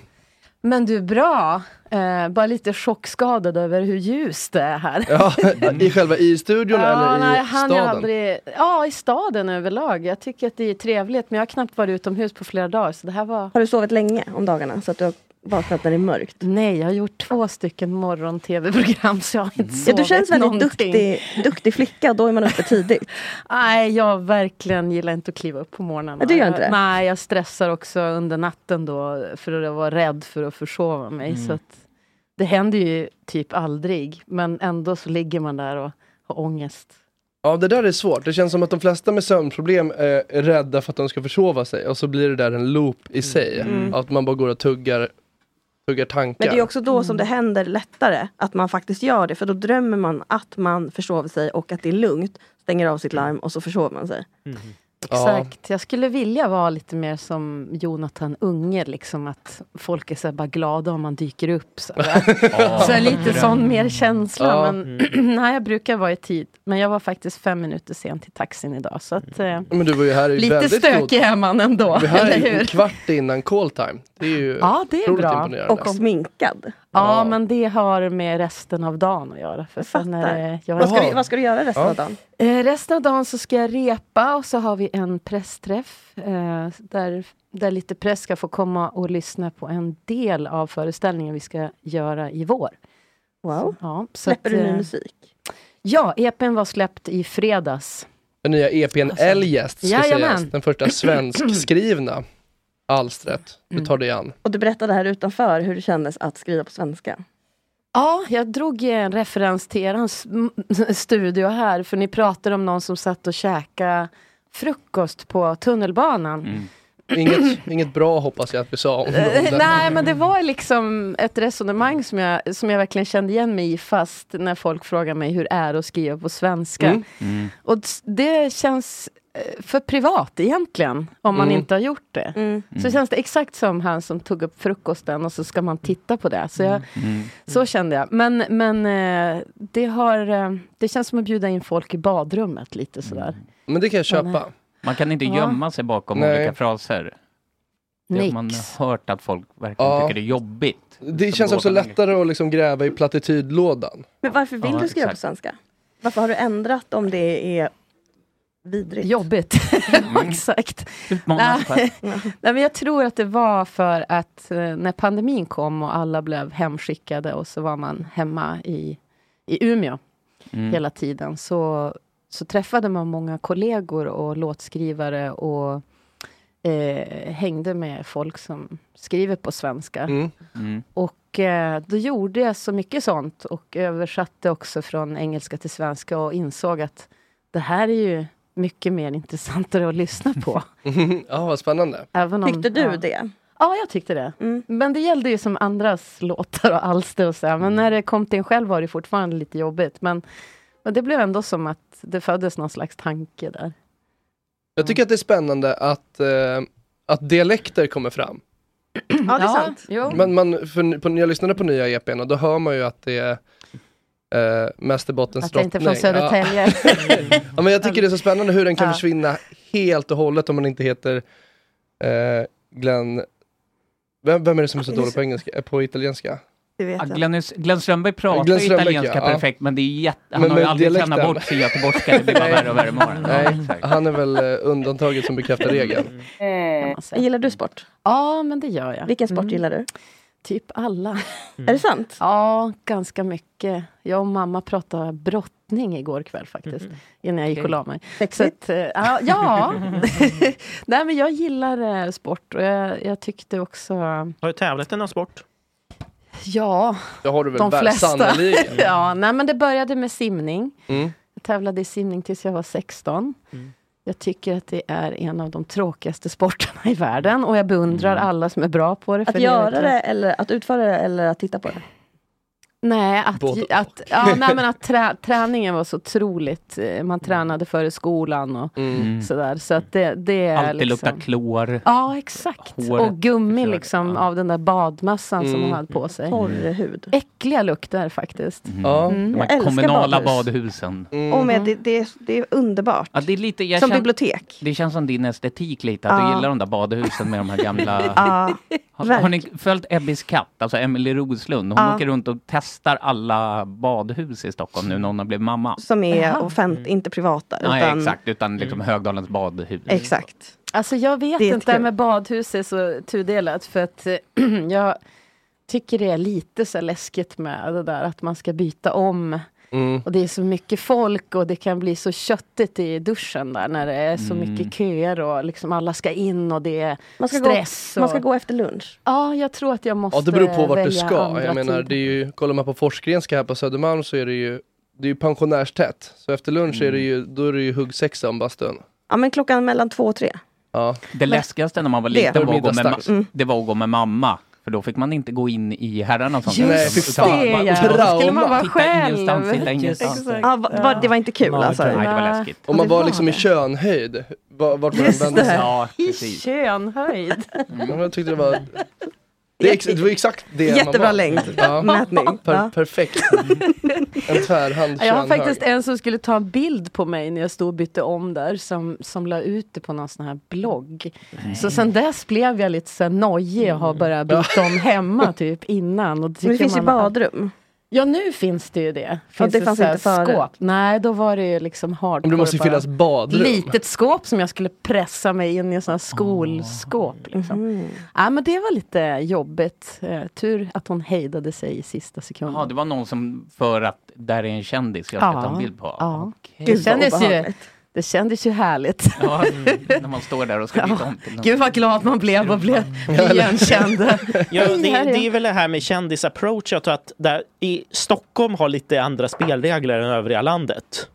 J: Men du, bra. Eh, bara lite chockskadad över hur ljust det är här.
C: Ja, I själva i studion eller i
J: nej, han är
C: staden?
J: aldrig, ja, i staden överlag. Jag tycker att det är trevligt, men jag har knappt varit utomhus på flera dagar. Så det här var...
G: Har du sovit länge om dagarna så att du har vaknat när det är mörkt?
J: Nej, jag har gjort två stycken morgon-tv-program så jag har
G: Ja,
J: inte sovit
G: du känns väldigt
J: någonting.
G: duktig, duktig flicka och då är man uppe tidigt.
J: Nej, jag verkligen gillar inte att kliva upp på morgnarna.
G: Ja, du gör inte det?
J: Nej, jag stressar också under natten då för att vara rädd för att försova mig.
G: Mm.
J: Så att det händer ju typ aldrig, men ändå så ligger man där och har ångest.
C: Ja, det där är svårt. Det känns som att de flesta med sömnproblem eh, är rädda för att de ska försova sig och så blir det där en loop i sig.
G: Mm.
C: Att man bara går och tuggar, tuggar tankar.
G: Men det är också då som det
J: Mm.
G: händer lättare att man faktiskt gör det för då drömmer man att man försover sig och att det är lugnt. Stänger av sitt larm och så försover man sig.
J: Exakt. Jag skulle vilja vara lite mer som Jonathan Unge, liksom att folk är så här bara glada om man dyker upp. Så,
G: Ja.
J: så lite sån mer känsla.
G: Ja.
J: Men, nej, jag brukar vara i tid, men jag var faktiskt fem minuter sen till taxin idag. Så att, eh,
C: Men du var ju här i
J: lite
C: väldigt
J: stökig är man ändå,
C: Vi är här
J: eller
C: är en
J: hur?
C: kvart innan call time. Det är ju
J: Ja, det är
C: otroligt
J: bra.
C: imponerande.
J: sminkad. Ja, men det har med resten av dagen att göra. För sen är det, jag
G: Vad ska du- vad ska du göra resten
J: Ja.
G: av dagen?
J: Eh, resten av dagen så ska jag repa och så har vi en pressträff eh, där, där lite press ska få komma och lyssna på en del av föreställningen vi ska göra i vår.
G: Wow.
J: Ja, så
G: Släpper
J: att,
G: du ny
J: eh,
G: musik?
J: Ja, EPn var släppt i fredags.
C: Den nya EPn Eljest ska
J: Alltså, Jajamän.
C: sägas. Den första svenskskrivna alstret.
J: Mm.
C: Du tar dig an.
G: Och du berättade här utanför hur det kändes att skriva på svenska.
J: Ja, jag drog en referens till er studio här, för ni pratade om någon som satt och käkade frukost på tunnelbanan.
K: Mm.
C: Inget, inget bra hoppas jag att vi sa om, om
J: Eh,
C: den.
J: Nej, men det var liksom ett resonemang som jag, som jag verkligen kände igen mig i, fast när folk frågar mig hur det är att skriva på svenska.
K: Mm.
J: Och s- det känns eh, för privat egentligen, om man
K: Mm.
J: inte har gjort det. Så
K: Mm.
J: känns det exakt som han som tog upp frukosten och så ska man titta på det. Så, jag,
K: Mm.
C: Mm.
J: så kände jag. Men, men eh, det, har, eh, det känns som att bjuda in folk i badrummet lite sådär.
C: Men det kan jag
J: Men,
C: köpa.
E: Mm. Man kan inte
J: Ja.
E: gömma sig bakom
C: Nej.
E: olika fraser. Det har man
J: Nix.
E: hört att folk verkligen
C: Ja.
E: tycker det är jobbigt.
C: Det känns också lättare att liksom gräva i plattitydlådan.
G: Men varför vill
C: Ja,
G: du skriva
C: exakt.
G: på svenska? Varför har du ändrat om det är vidrigt?
J: Jobbigt. Exakt. Nej. Nej, men jag tror att det var för att eh, när pandemin kom och alla blev hemskickade och så var man hemma i, i Umeå
K: Mm.
J: hela tiden. Så, så träffade man många kollegor och låtskrivare och eh, hängde med folk som skriver på svenska.
C: Mm.
J: Och eh, då gjorde jag så mycket sånt och översatte också från engelska till svenska och insåg att det här är ju mycket mer intressantare att lyssna på.
C: ja, vad spännande.
J: Även om,
G: Tyckte du
J: ja.
G: det? Mm.
J: Ja, jag tyckte det. Men det gällde ju som andras låtar och alster och så. här. Men
G: Mm.
J: när det kom till en själv var det fortfarande lite jobbigt. Men, men det blev ändå som att det föddes någon slags tanke där.
C: Jag tycker att det är spännande att, eh, att dialekter kommer fram.
J: Ja,
G: det är sant.
J: Jo.
C: Men man, för, på, när jag lyssnade på nya EPn och då hör man ju att det är eh, Mästerbottens
J: Att jag inte är från
C: drottning. Ja.
J: Södertälje.
C: Ja, men jag tycker det är så spännande hur den kan
J: Ja.
C: försvinna helt och hållet om man inte heter eh, Glenn... Vem, vem är det som är så
E: Är det
C: dålig
E: så-
C: på, engelska, eh, på italienska?
E: Ja, Ah, Glenn, Glenn Strömberg pratar
C: Glenn Strömberg,
E: italienska
C: ja.
E: perfekt, men det är jätte, han
C: Men
E: har ju
C: med
E: aldrig
C: dialekten.
E: tränat bort sin göteborgska, det blir bara värre och värre med åren. Ja,
C: Nej,
E: exakt. Mm.
C: han är väl eh, undantaget som bekräftar regeln.
G: Eh, Gillar du sport?
J: Ja, men det gör jag. Mm.
G: Vilken sport gillar du? Mm.
J: Typ alla.
G: Är det sant?
J: Ja, ganska mycket. Jag och mamma pratade brottning igår kväll faktiskt,
C: Mm-hmm.
J: innan jag gick och la mig. Så att, eh, ja, ja. Nej, men jag gillar eh, sport och jag, jag tyckte också,
H: Har du tävlat i någon sport?
J: ja,
C: Det har du väl
J: de
C: väl
J: flesta.
C: sannerligen.
J: ja, nej, men det började med simning.
C: Mm.
E: Mm.
J: Jag tävlade i simning tills jag var 16. Jag tycker att det är en av de tråkigaste sporterna i världen och jag beundrar
E: Mm.
J: alla som är bra på det.
G: Att
J: för är
G: göra
J: verkligen-
G: det, eller att utföra det eller att titta på det?
J: Nej, att,
G: Både
J: att, ja, nej, men att trä, träningen var så otroligt. eh, Man tränade före skolan och
E: Mm.
J: sådär. Så att det, det är
E: Alltid
J: liksom...
E: luktar klor.
J: Ja, exakt.
E: Håret
J: och gummi liksom av den där badmassan som
E: Mm.
J: hon hade på sig.
E: Torr
G: hud.
J: Äckliga lukter faktiskt.
E: Ja. Mm. De
G: Mm, Jag
E: här
G: älskar
E: kommunala
G: badhus.
E: badhusen.
C: Mm.
J: Mm.
G: Och med, det, det, är- det är underbart.
E: Ja, det, är lite, jag
G: Som
E: känner-
G: bibliotek.
E: det känns som din estetik lite, att
G: Ja.
E: du gillar de där badhusen med de här gamla...
G: Ja,
E: Har, har ni följt Ebbes katt, alltså Emily Roslund? Hon
G: Ja.
E: åker runt och testar alla badhus i Stockholm nu när hon har blivit mamma.
G: som är offentligt, inte privata.
E: Mm. Nej,
G: utan,
E: exakt, utan
C: Mm.
E: liksom Högdalens badhus.
G: Exakt.
J: Alltså jag vet
G: Det är
J: inte, det här
G: kul.
J: med badhus är så tudelat för att eh, jag tycker det är lite så här läskigt med det där att man ska byta om. Och det är så mycket folk och det kan bli så köttigt i duschen där när det är så
G: Mm.
J: mycket köer och liksom alla ska in och det är
G: Man ska,
J: stress.
G: gå, man ska
J: och...
G: gå efter lunch.
J: Ja, jag tror att jag måste
C: Ja, det beror på vart du
J: välja
C: ska.
J: andra
C: Jag menar,
J: tider.
C: det är ju, kollar man på Forsgrenska här på Södermalm så är det ju, det är ju pensionärstätt. Så efter lunch är
E: Mm.
C: det ju, då är det ju huggsexa om bastun.
G: Ja, men klockan mellan två och tre.
C: Ja.
E: Det läskigaste när man var
G: Det. Mm.
E: liten var att, gå med,
C: Middagsdags.
E: ma- det var att gå med mamma. För då fick man inte gå in i herrarnas omklädningsrum.
C: Nej, fy
E: Utan
C: fan,
E: man-
C: vad trauma.
E: Då skulle man vara
C: Titta
E: själv.
C: ingenstans, titta ingenstans.
G: Exakt. Ja, va, va, det var inte kul alltså.
C: Nej,
E: det var läskigt.
C: Om man var liksom i könhöjd, va- vart man
G: Just
C: vände sig.
G: det.
E: Ja,
J: I könhöjd.
C: Mm. Jag tyckte det var... Det, är ex, det var exakt det man
J: Jättebra
C: var.
J: längd.
C: Ja.
J: Mätning. Ja.
C: Per, perfekt. En tvärhand
J: Jag har faktiskt
C: könhög.
J: en som skulle ta en bild på mig när jag stod och bytte om där som, som la ut det på någon sån här blogg. Så sen dess blev jag lite så här nojig och har
C: Mm.
J: börjat byta om hemma typ innan. Och
G: Men det finns ju badrum.
J: Ja nu finns det ju det. Finns
G: det fanns
J: så här
G: inte förut.
J: skåp? Nej då var det ju liksom hardcore.
C: Men det måste ju
J: bara.
C: finnas badrum.
J: Litet skåp som jag skulle pressa mig in i en sån här skolskåp. Liksom.
G: Mm.
J: Ja, men det var lite jobbigt. Eh, tur att hon hejdade sig i sista sekunden.
E: Ja, det var någon som för att där är en kändis jag ska ta en bild på.
J: Ja.
E: Okej.
J: Det, kändes ju, det kändes ju härligt.
E: Ja, när man står där och ska byta om till någon.
J: Gud vad glad man blev och blev
H: eller-
J: igenkänd.
H: Ja, det,
J: Hej, här är
H: det är
J: jag.
H: väl det här med kändisapproach. Jag tror att där, i Stockholm har lite andra spelregler än övriga landet.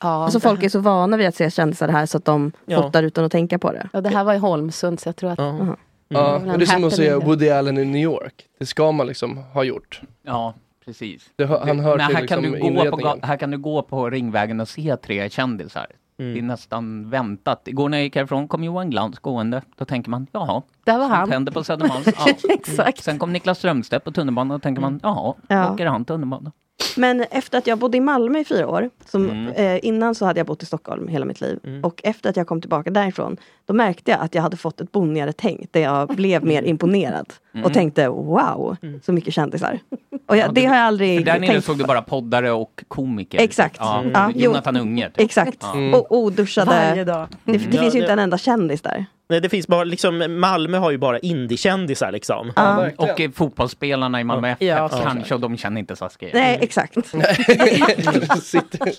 G: Alltså folk är så vana vid att se kändisar här så att de
H: Ja.
G: fotar utan att tänka på det.
J: Ja, det här var i Holmsund så jag tror att...
G: Mhm.
C: Ja,
J: Mm.
C: men det är som att se
J: Happening.
C: Woody Allen i New York. Det ska man liksom ha gjort.
E: Ja, precis.
C: Det hör- han hör
E: Men
C: till
E: här, kan
C: liksom
E: du gå på,
C: inredningen.
E: ga- här kan du gå på Ringvägen och se tre kändisar.
C: Mm.
E: Det är nästan väntat. Igår när jag gick härifrån kom Johan Glans gående. Då tänker man, jaha.
J: Där var
E: sånt
J: han.
E: händer på Södermalm. Ja. Exakt. Sen kom Niklas Strömstedt på tunnelbanan och tänker man, jaha,
G: Mm. Ja.
E: åker han tunnelbana?
G: Men efter att jag bodde i Malmö i fyra år, som,
E: Mm.
G: eh, innan så hade jag bott i Stockholm hela mitt liv.
E: Mm.
G: Och efter att jag kom tillbaka därifrån, då märkte jag att jag hade fått ett bonnigare tänk där jag blev mer imponerad.
E: Mm.
G: Och tänkte wow, så mycket kändisar. Och jag, det har jag
E: För
G: aldrig
E: där nere
G: tänkt
E: såg du bara poddare och komiker.
G: Exakt.
E: Ja,
G: Mm. Ja, jo.
E: Jonathan Unge. typ.
G: Exakt.
E: Ja.
G: Och oduschade.
H: Varje
J: dag.
G: Det, det
H: Mm.
G: finns ju
H: Ja,
G: inte
H: det-
G: en enda kändis där.
H: Nej, det finns bara, liksom, Malmö har ju bara indiekändisar liksom.
G: Ja,
E: verkligen. Och eh, fotbollsspelarna i Malmö FF kanske, och de känner inte Saskia.
G: Nej, exakt.
E: typ.
C: sitter,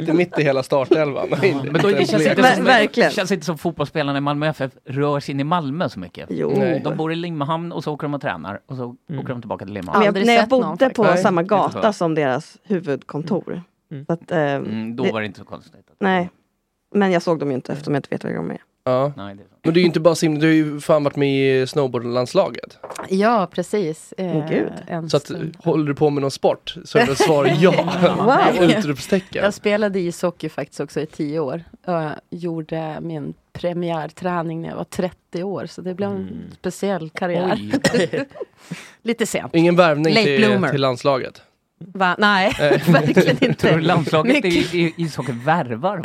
C: sitter mitt i hela startelvan.
E: Men då, det, känns inte som,
G: verkligen.
E: det känns inte som fotbollsspelarna i Malmö FF rör sig in i Malmö så mycket. Mm.
G: Jo. Nej.
E: De bor i Limhamn och så åker de och tränar och så åker de tillbaka till Limhamn.
G: Men jag, när jag bodde på samma
E: Lite så.
G: gata som deras huvudkontor. Så att, eh,
E: Mm, då
G: det-
E: var det inte så konstigt.
G: Nej. Men jag såg dem ju inte eftersom jag inte vet vilka de är.
C: Ja.
E: Nej, det är så.
C: Men du är ju inte bara simning, du har ju fan varit med i snowboardlandslaget.
J: Ja, precis. Eh,
C: Men gud.
J: en
C: Så att,
J: stund.
C: håller du på med någon sport så är det svar ja.
J: Wow.
C: Utropstecken.
J: Jag spelade ishockey faktiskt också i tio år. Uh, gjorde min premiärträning när jag var 30 år, så det blev en speciell karriär.
C: Mm. Oj.
J: Lite sent.
C: Ingen värvning
J: Late
C: till,
J: bloomer.
C: till landslaget.
J: Va? Nej,
C: Nej.
J: verkligen inte.
E: Tror du landslaget
J: Mycket-
E: i, i ishockey värvar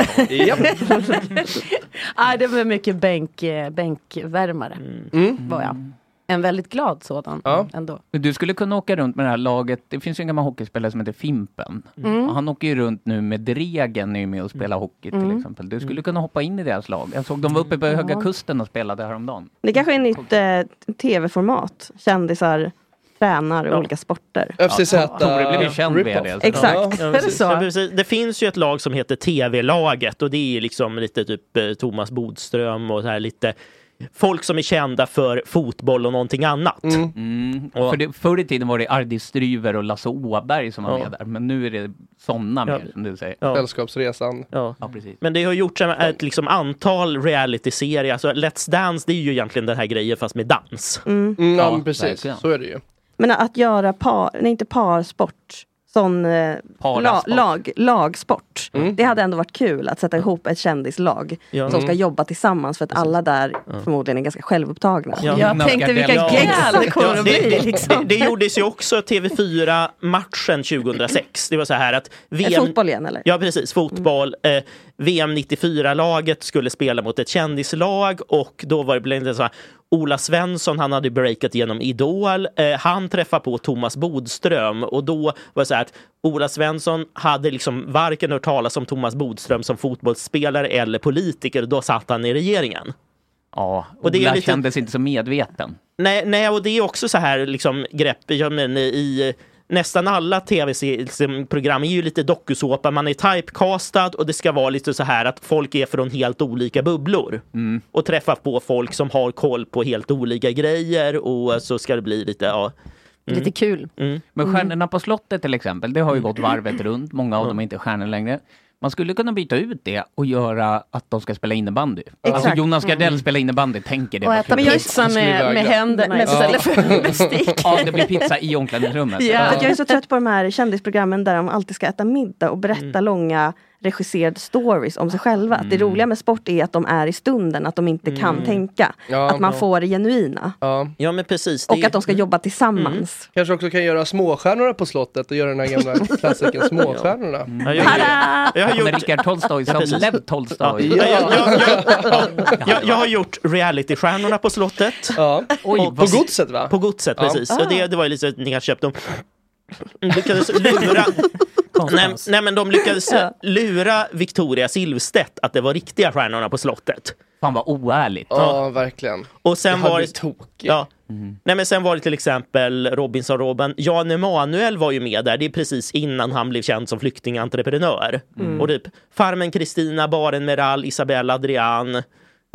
J: Nej, det var mycket bänk, eh, bänkvärmare.
E: Mm.
J: Var jag. En väldigt glad sådan
E: Ja.
J: ändå.
E: Du skulle kunna åka runt med det här laget. Det finns ju en gammal hockeyspelare som heter Fimpen.
J: Mm.
E: Och Han åker ju runt nu med Dregen är ju med och spelar hockey till
G: Mm.
E: exempel. Du skulle kunna hoppa in i deras lag. Jag såg de var uppe på Höga Kusten och spelade häromdagen.
G: Det kanske är ett nytt eh, tv-format. Kändisar tränar
H: Ja.
G: olika sporter.
C: FCZ.
E: Tore blev ju känd alltså. via det. så-
G: Exakt.
H: Ja,
G: Är det
H: precis.
G: så?
H: Ja, precis. Det finns ju ett lag som heter TV-laget och det är ju liksom lite typ eh, Thomas Bodström och så här lite folk som är kända för fotboll och någonting annat.
E: Mm.
H: Ja.
E: För det, förr i tiden var det Ardis Stryver och Lasse Åberg som var
H: Ja.
E: med där, men nu är det sådana
H: Ja.
E: mer som du säger.
H: Ja.
C: Sällskapsresan.
H: Ja.
E: precis.
H: Men det har gjorts en- ett liksom antal reality-serier, alltså Let's Dance det är ju egentligen den här grejen fast med dans.
C: Mm, ja, men precis. Så är det ju.
G: Men att göra par, nej inte parsport, sån eh, la,
C: Parasport.
G: lag, lagsport. Det hade ändå varit kul att sätta ihop ett kändislag
H: Mm. Ja.
G: som ska
H: Mm.
G: jobba tillsammans för att alla där förmodligen är ganska självupptagna.
H: Ja,
G: liksom.
H: Det, det gjordes ju också TV4-matchen 2006. Det var så här att...
G: fotboll igen, eller? Mm.
H: Ja, precis. Fotboll. Eh, VM 94-laget skulle spela mot ett kändislag och då var det bland annat så här, Ola Svensson, han hade breakat genom Idol. Eh, han träffade på Thomas Bodström och då var det så här att Ola Svensson hade liksom varken hört talas om Thomas Bodström som fotbollsspelare eller politiker och då satt han i regeringen.
E: Ja,
H: Och det är
E: Ola
H: lite-
E: kändes inte så medveten.
H: Nej, nej, och det är också så här liksom grepp. Jag menar, i nästan alla tv-program är ju lite dokusåpa. Man är typecastad och det ska vara lite så här att folk är från helt olika bubblor
E: Mm.
H: och träffar på folk som har koll på helt olika grejer och så ska det bli lite, ja. Mm.
J: Lite kul. Mm.
E: Men Stjärnorna på slottet till exempel, det har ju gått varvet runt. Många av dem är inte stjärnor längre. Man skulle kunna byta ut det och göra att de ska spela innebandy. Alltså
J: Exakt. Mm.
E: Jonas Gardell spelar innebandy, tänker det.
J: Och
E: var
J: äta
E: kul.
J: pizza med- Skulle jag med glömt. händer- med istället för bestick.
E: Ja, det blir pizza i omklädningsrummet.
G: För att jag är så trött på de här kändisprogrammen där de alltid ska äta middag och berätta
J: Mm.
G: långa regisserade stories om sig själva. Att det roliga med sport är att de är i stunden, att de inte
J: Mm.
G: kan tänka.
C: Ja,
G: att man
C: ja.
G: får det genuina.
H: Ja, men precis.
G: Och att de ska jobba tillsammans.
J: Mm.
C: Kanske också kan göra småstjärnorna på slottet och göra den här gamla klassiken Småstjärnorna.
H: Ja, Mm. jag- jag har
E: Kommer
H: gjort-
E: Rickard Tolstoj
H: Ja,
E: som
H: precis.
E: Lev Tolstoj.
H: Ja. Ja, jag- jag- ja, jag- Jag har gjort realitystjärnorna på slottet.
E: Oj,
H: Och-
E: vad-
H: på
C: godset va?
H: På godset,
C: Ja.
H: precis.
C: Ah.
H: Och det, det var ju lite att ni kanske köpte dem. De lyckades lura... nej, nej men de lyckades
E: Ja.
H: lura Victoria Silvstedt att det var riktiga Stjärnorna på slottet.
E: Fan vad oärligt.
C: Ja, verkligen.
H: Och sen
C: Det hade
H: var
C: blivit
H: det... Ja. Nej men sen var det till exempel Robinson-Robban. Jan Emanuel var ju med där. Det är precis innan han blev känd som flyktingentreprenör.
C: Mm.
H: Och typ Farmen Kristina, Baren Meral, Isabella Adrian.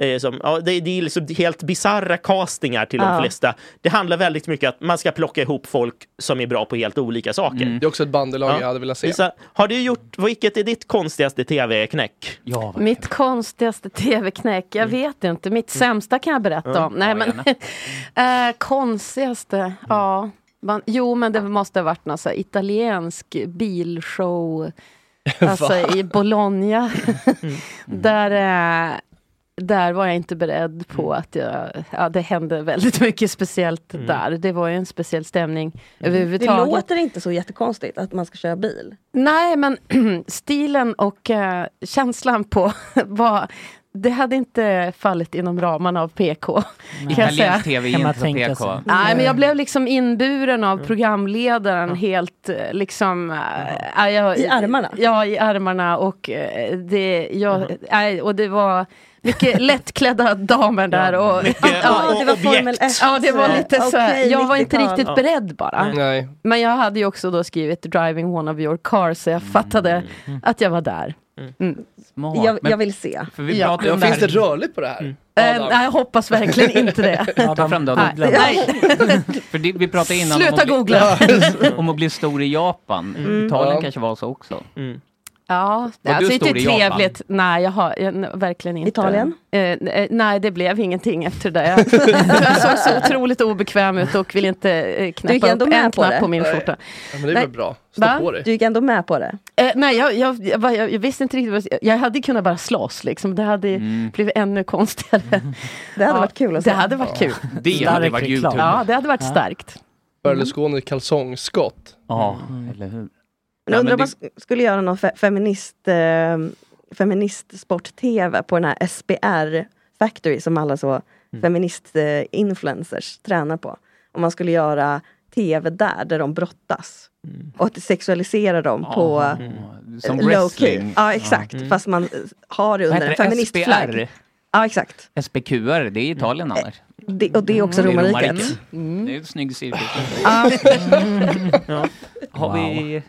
H: Eh, som, ja, det, det är liksom helt bizarra castingar till
C: Ja.
H: de flesta. Det handlar väldigt mycket att man ska plocka ihop folk som är bra på helt olika saker.
C: Mm. Det är också ett bandelag jag hade velat se.
H: Lisa, har du gjort, vilket är ditt konstigaste tv-knäck?
E: Ja,
J: Mitt konstigaste tv-knäck, jag vet inte. Mitt sämsta kan jag berätta
H: Mm.
J: om. Nej,
H: Ja,
J: men, eh, konstigaste, ja. Man, jo, men det måste ha varit någon så här italiensk bilshow. Alltså
K: Va?
J: i Bologna. där, eh, där var jag inte beredd
H: Mm.
J: på att jag, ja, det hände väldigt mycket speciellt där. Det var ju en speciell stämning
G: Det
J: överhuvudtaget.
G: låter inte så jättekonstigt att man ska köra bil.
J: Nej, men stilen och eh, känslan på vad... Det hade inte fallit inom ramarna av PK. Kan jag säga.
E: Italiensk tv är inte så PK.
J: Nej, men jag blev liksom inburen av programledaren helt eh, liksom... eh, ja, jag, I armarna? Ja, i armarna och eh, det, jag, nej, och det var mycket lättklädda damer där. Och,
G: Ja, det var Formel 1.
J: Ja, det var lite så här,
G: Okej,
J: jag var inte
G: 90-tal.
J: riktigt beredd bara.
C: Nej.
J: Men jag hade ju också då skrivit Driving one of your car så
E: Mm.
J: jag fattade att jag var där. Mm.
E: Smart.
G: Jag,
E: Men-
G: jag vill se.
E: För vi pratade om det här- Finns det
C: rörligt på det här?
J: Eh, nej, jag hoppas verkligen inte det.
E: Mm. Ta fram då.
J: Nej. Nej.
E: För det, vi pratade innan om
J: Sluta
E: att bli-
J: googla.
E: om att bli stor i Japan.
J: Mm.
E: Italien
J: Ja. Mm.
E: kanske var så också.
J: Ja,
E: Var
J: alltså
E: du
J: inte
E: stor i Japan?
J: trevligt. Nej, jag har jag, n- verkligen inte.
G: Italien?
J: Eh, n- eh, nej, det blev ingenting efter det. Jag, jag såg så otroligt obekväm ut och ville inte eh,
G: Du gick
J: knäppa
G: ändå
J: upp
G: med
J: en
G: på det?
J: knapp på min
G: Nej.
J: skjorta.
C: Ja, men det är
J: Nej.
C: väl bra. Stå
J: Va?
C: på dig.
G: Du gick ändå med på det?
J: Eh, nej, jag, jag, jag, var- jag, jag visste inte riktigt. vad jag- Jag hade kunnat bara slåss. Liksom. Det hade
C: Mm.
J: blivit ännu konstigare.
G: Det hade varit kul.
J: Det hade varit kul.
E: Det hade varit grymt.
J: Ja, det hade varit starkt.
C: Berlusconi kalsongsskott.
E: Ja, eller hur.
G: Men jag undrar om man sk- skulle göra någon fe- feminist, eh, feministsport-tv på den här SBR Factory som alla så feminist-influencers tränar på. Om man skulle göra tv där, där de brottas. Och att sexualisera dem på eh,
E: Mm. Som
G: low key.
E: wrestling.
G: Ja exakt,
E: Mm.
G: fast man eh, har det
E: Vad
G: under
E: heter
G: en
E: det?
G: feministflagg.
E: SPR?
G: Ja exakt.
E: SPQR, det är Italien
J: Mm.
E: annars.
G: Det, och det är också
E: Mm. Det är
G: romarriket.
E: romarriket. Det är en snygg cirkel.
J: Ah.
E: Mm.
G: Ja.
C: Mm.
E: Har vi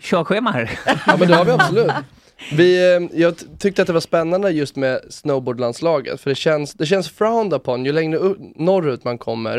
E: körschema här?
C: Ja men det har vi absolut. Vi, eh, jag t- tyckte att det var spännande just med snowboardlandslaget, för det känns, det känns frowned upon ju längre u- norrut man kommer.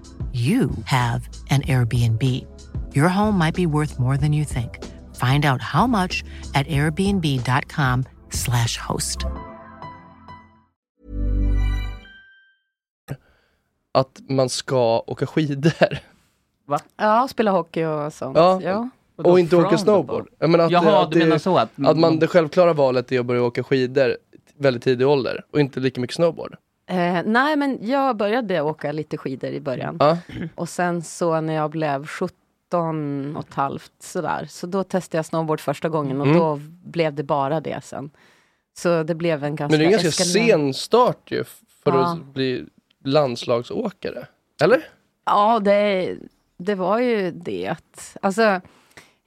L: you have an Airbnb. Your home might be worth more than you think. Find out how much at airbnb.com/slash host.
C: Att man ska åka skidor.
J: Ja, spela hockey och sånt.
C: Ja.
J: Ja.
C: Och inte åka snowboard. Jag menar att,
E: Jaha,
C: att,
E: du
C: det-
E: menar så att-
C: att man, det självklara valet är att börja åka skidor väldigt tidig ålder och inte lika mycket snowboard.
J: Eh, nej, men jag började åka lite skidor i början.
C: Ja.
J: Och sen så när jag blev 17 och ett halvt sådär, så då testade jag snowboard första gången och
C: Mm.
J: då blev det bara det sen. Så det blev en ganska...
C: Men det är en ganska
J: eskalerande-
C: sen start ju f- för
J: Ja.
C: att bli landslagsåkare. Eller?
J: Ja, det, det var ju det. Alltså,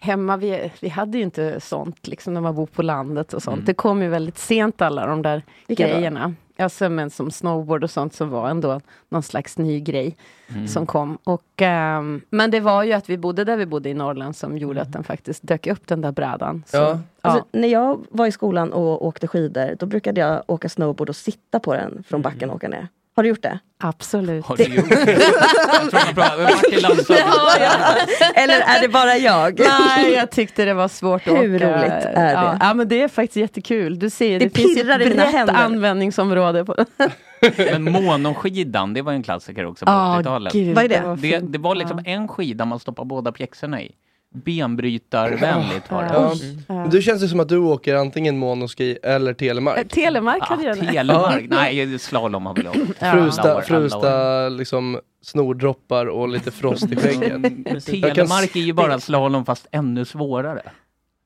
J: hemma, vi, vi hade ju inte sånt liksom, när man bor på landet och sånt.
G: Mm.
J: Det kom ju väldigt sent alla de där
G: Vilka då?
J: grejerna. Alltså, men som snowboard och sånt som var ändå någon slags ny grej
G: Mm.
J: som kom. Och, ehm, men det var ju att vi bodde där vi bodde i Norrland som gjorde
G: Mm.
J: att den faktiskt dök upp, den där brädan. Så, ja.
G: Alltså, när jag var i skolan och åkte skidor, då brukade jag åka snowboard och sitta på den från backen och åka ner. Har du gjort det?
J: Absolut.
E: Har du gjort det? Jag tror man pratar med Martin Landsson.
G: Eller är det bara jag?
J: Nej, jag tyckte det var svårt att
G: Hur
J: åka.
G: roligt är
J: Ja,
G: det?
J: ja, men det är faktiskt jättekul. Du ser, det,
G: Det
J: finns ett
G: pirrar i mina
J: brett
G: händer.
J: användningsområde. På.
E: Men monoskidan, det var ju en klassiker också på
J: Ja,
E: 80-talet.
J: Ah, gud, Vad är det? det var
E: Det, det var liksom en skida man stoppade båda pjäxorna i. Benbrytarvänligt var
J: Ah.
E: det.
C: Mm. Du känns det som att du åker antingen monoski eller telemark.
J: Eh, Telemark hade jag.
E: Ah, Telemark,
C: Ja.
E: nej det är slalom har väl jag åkt. Alla
C: Frusta,
E: år, alla år.
C: frusta liksom snordroppar och lite frost i skägget. Jag kan
E: Mm, Telemark är ju bara slalom fast ännu svårare.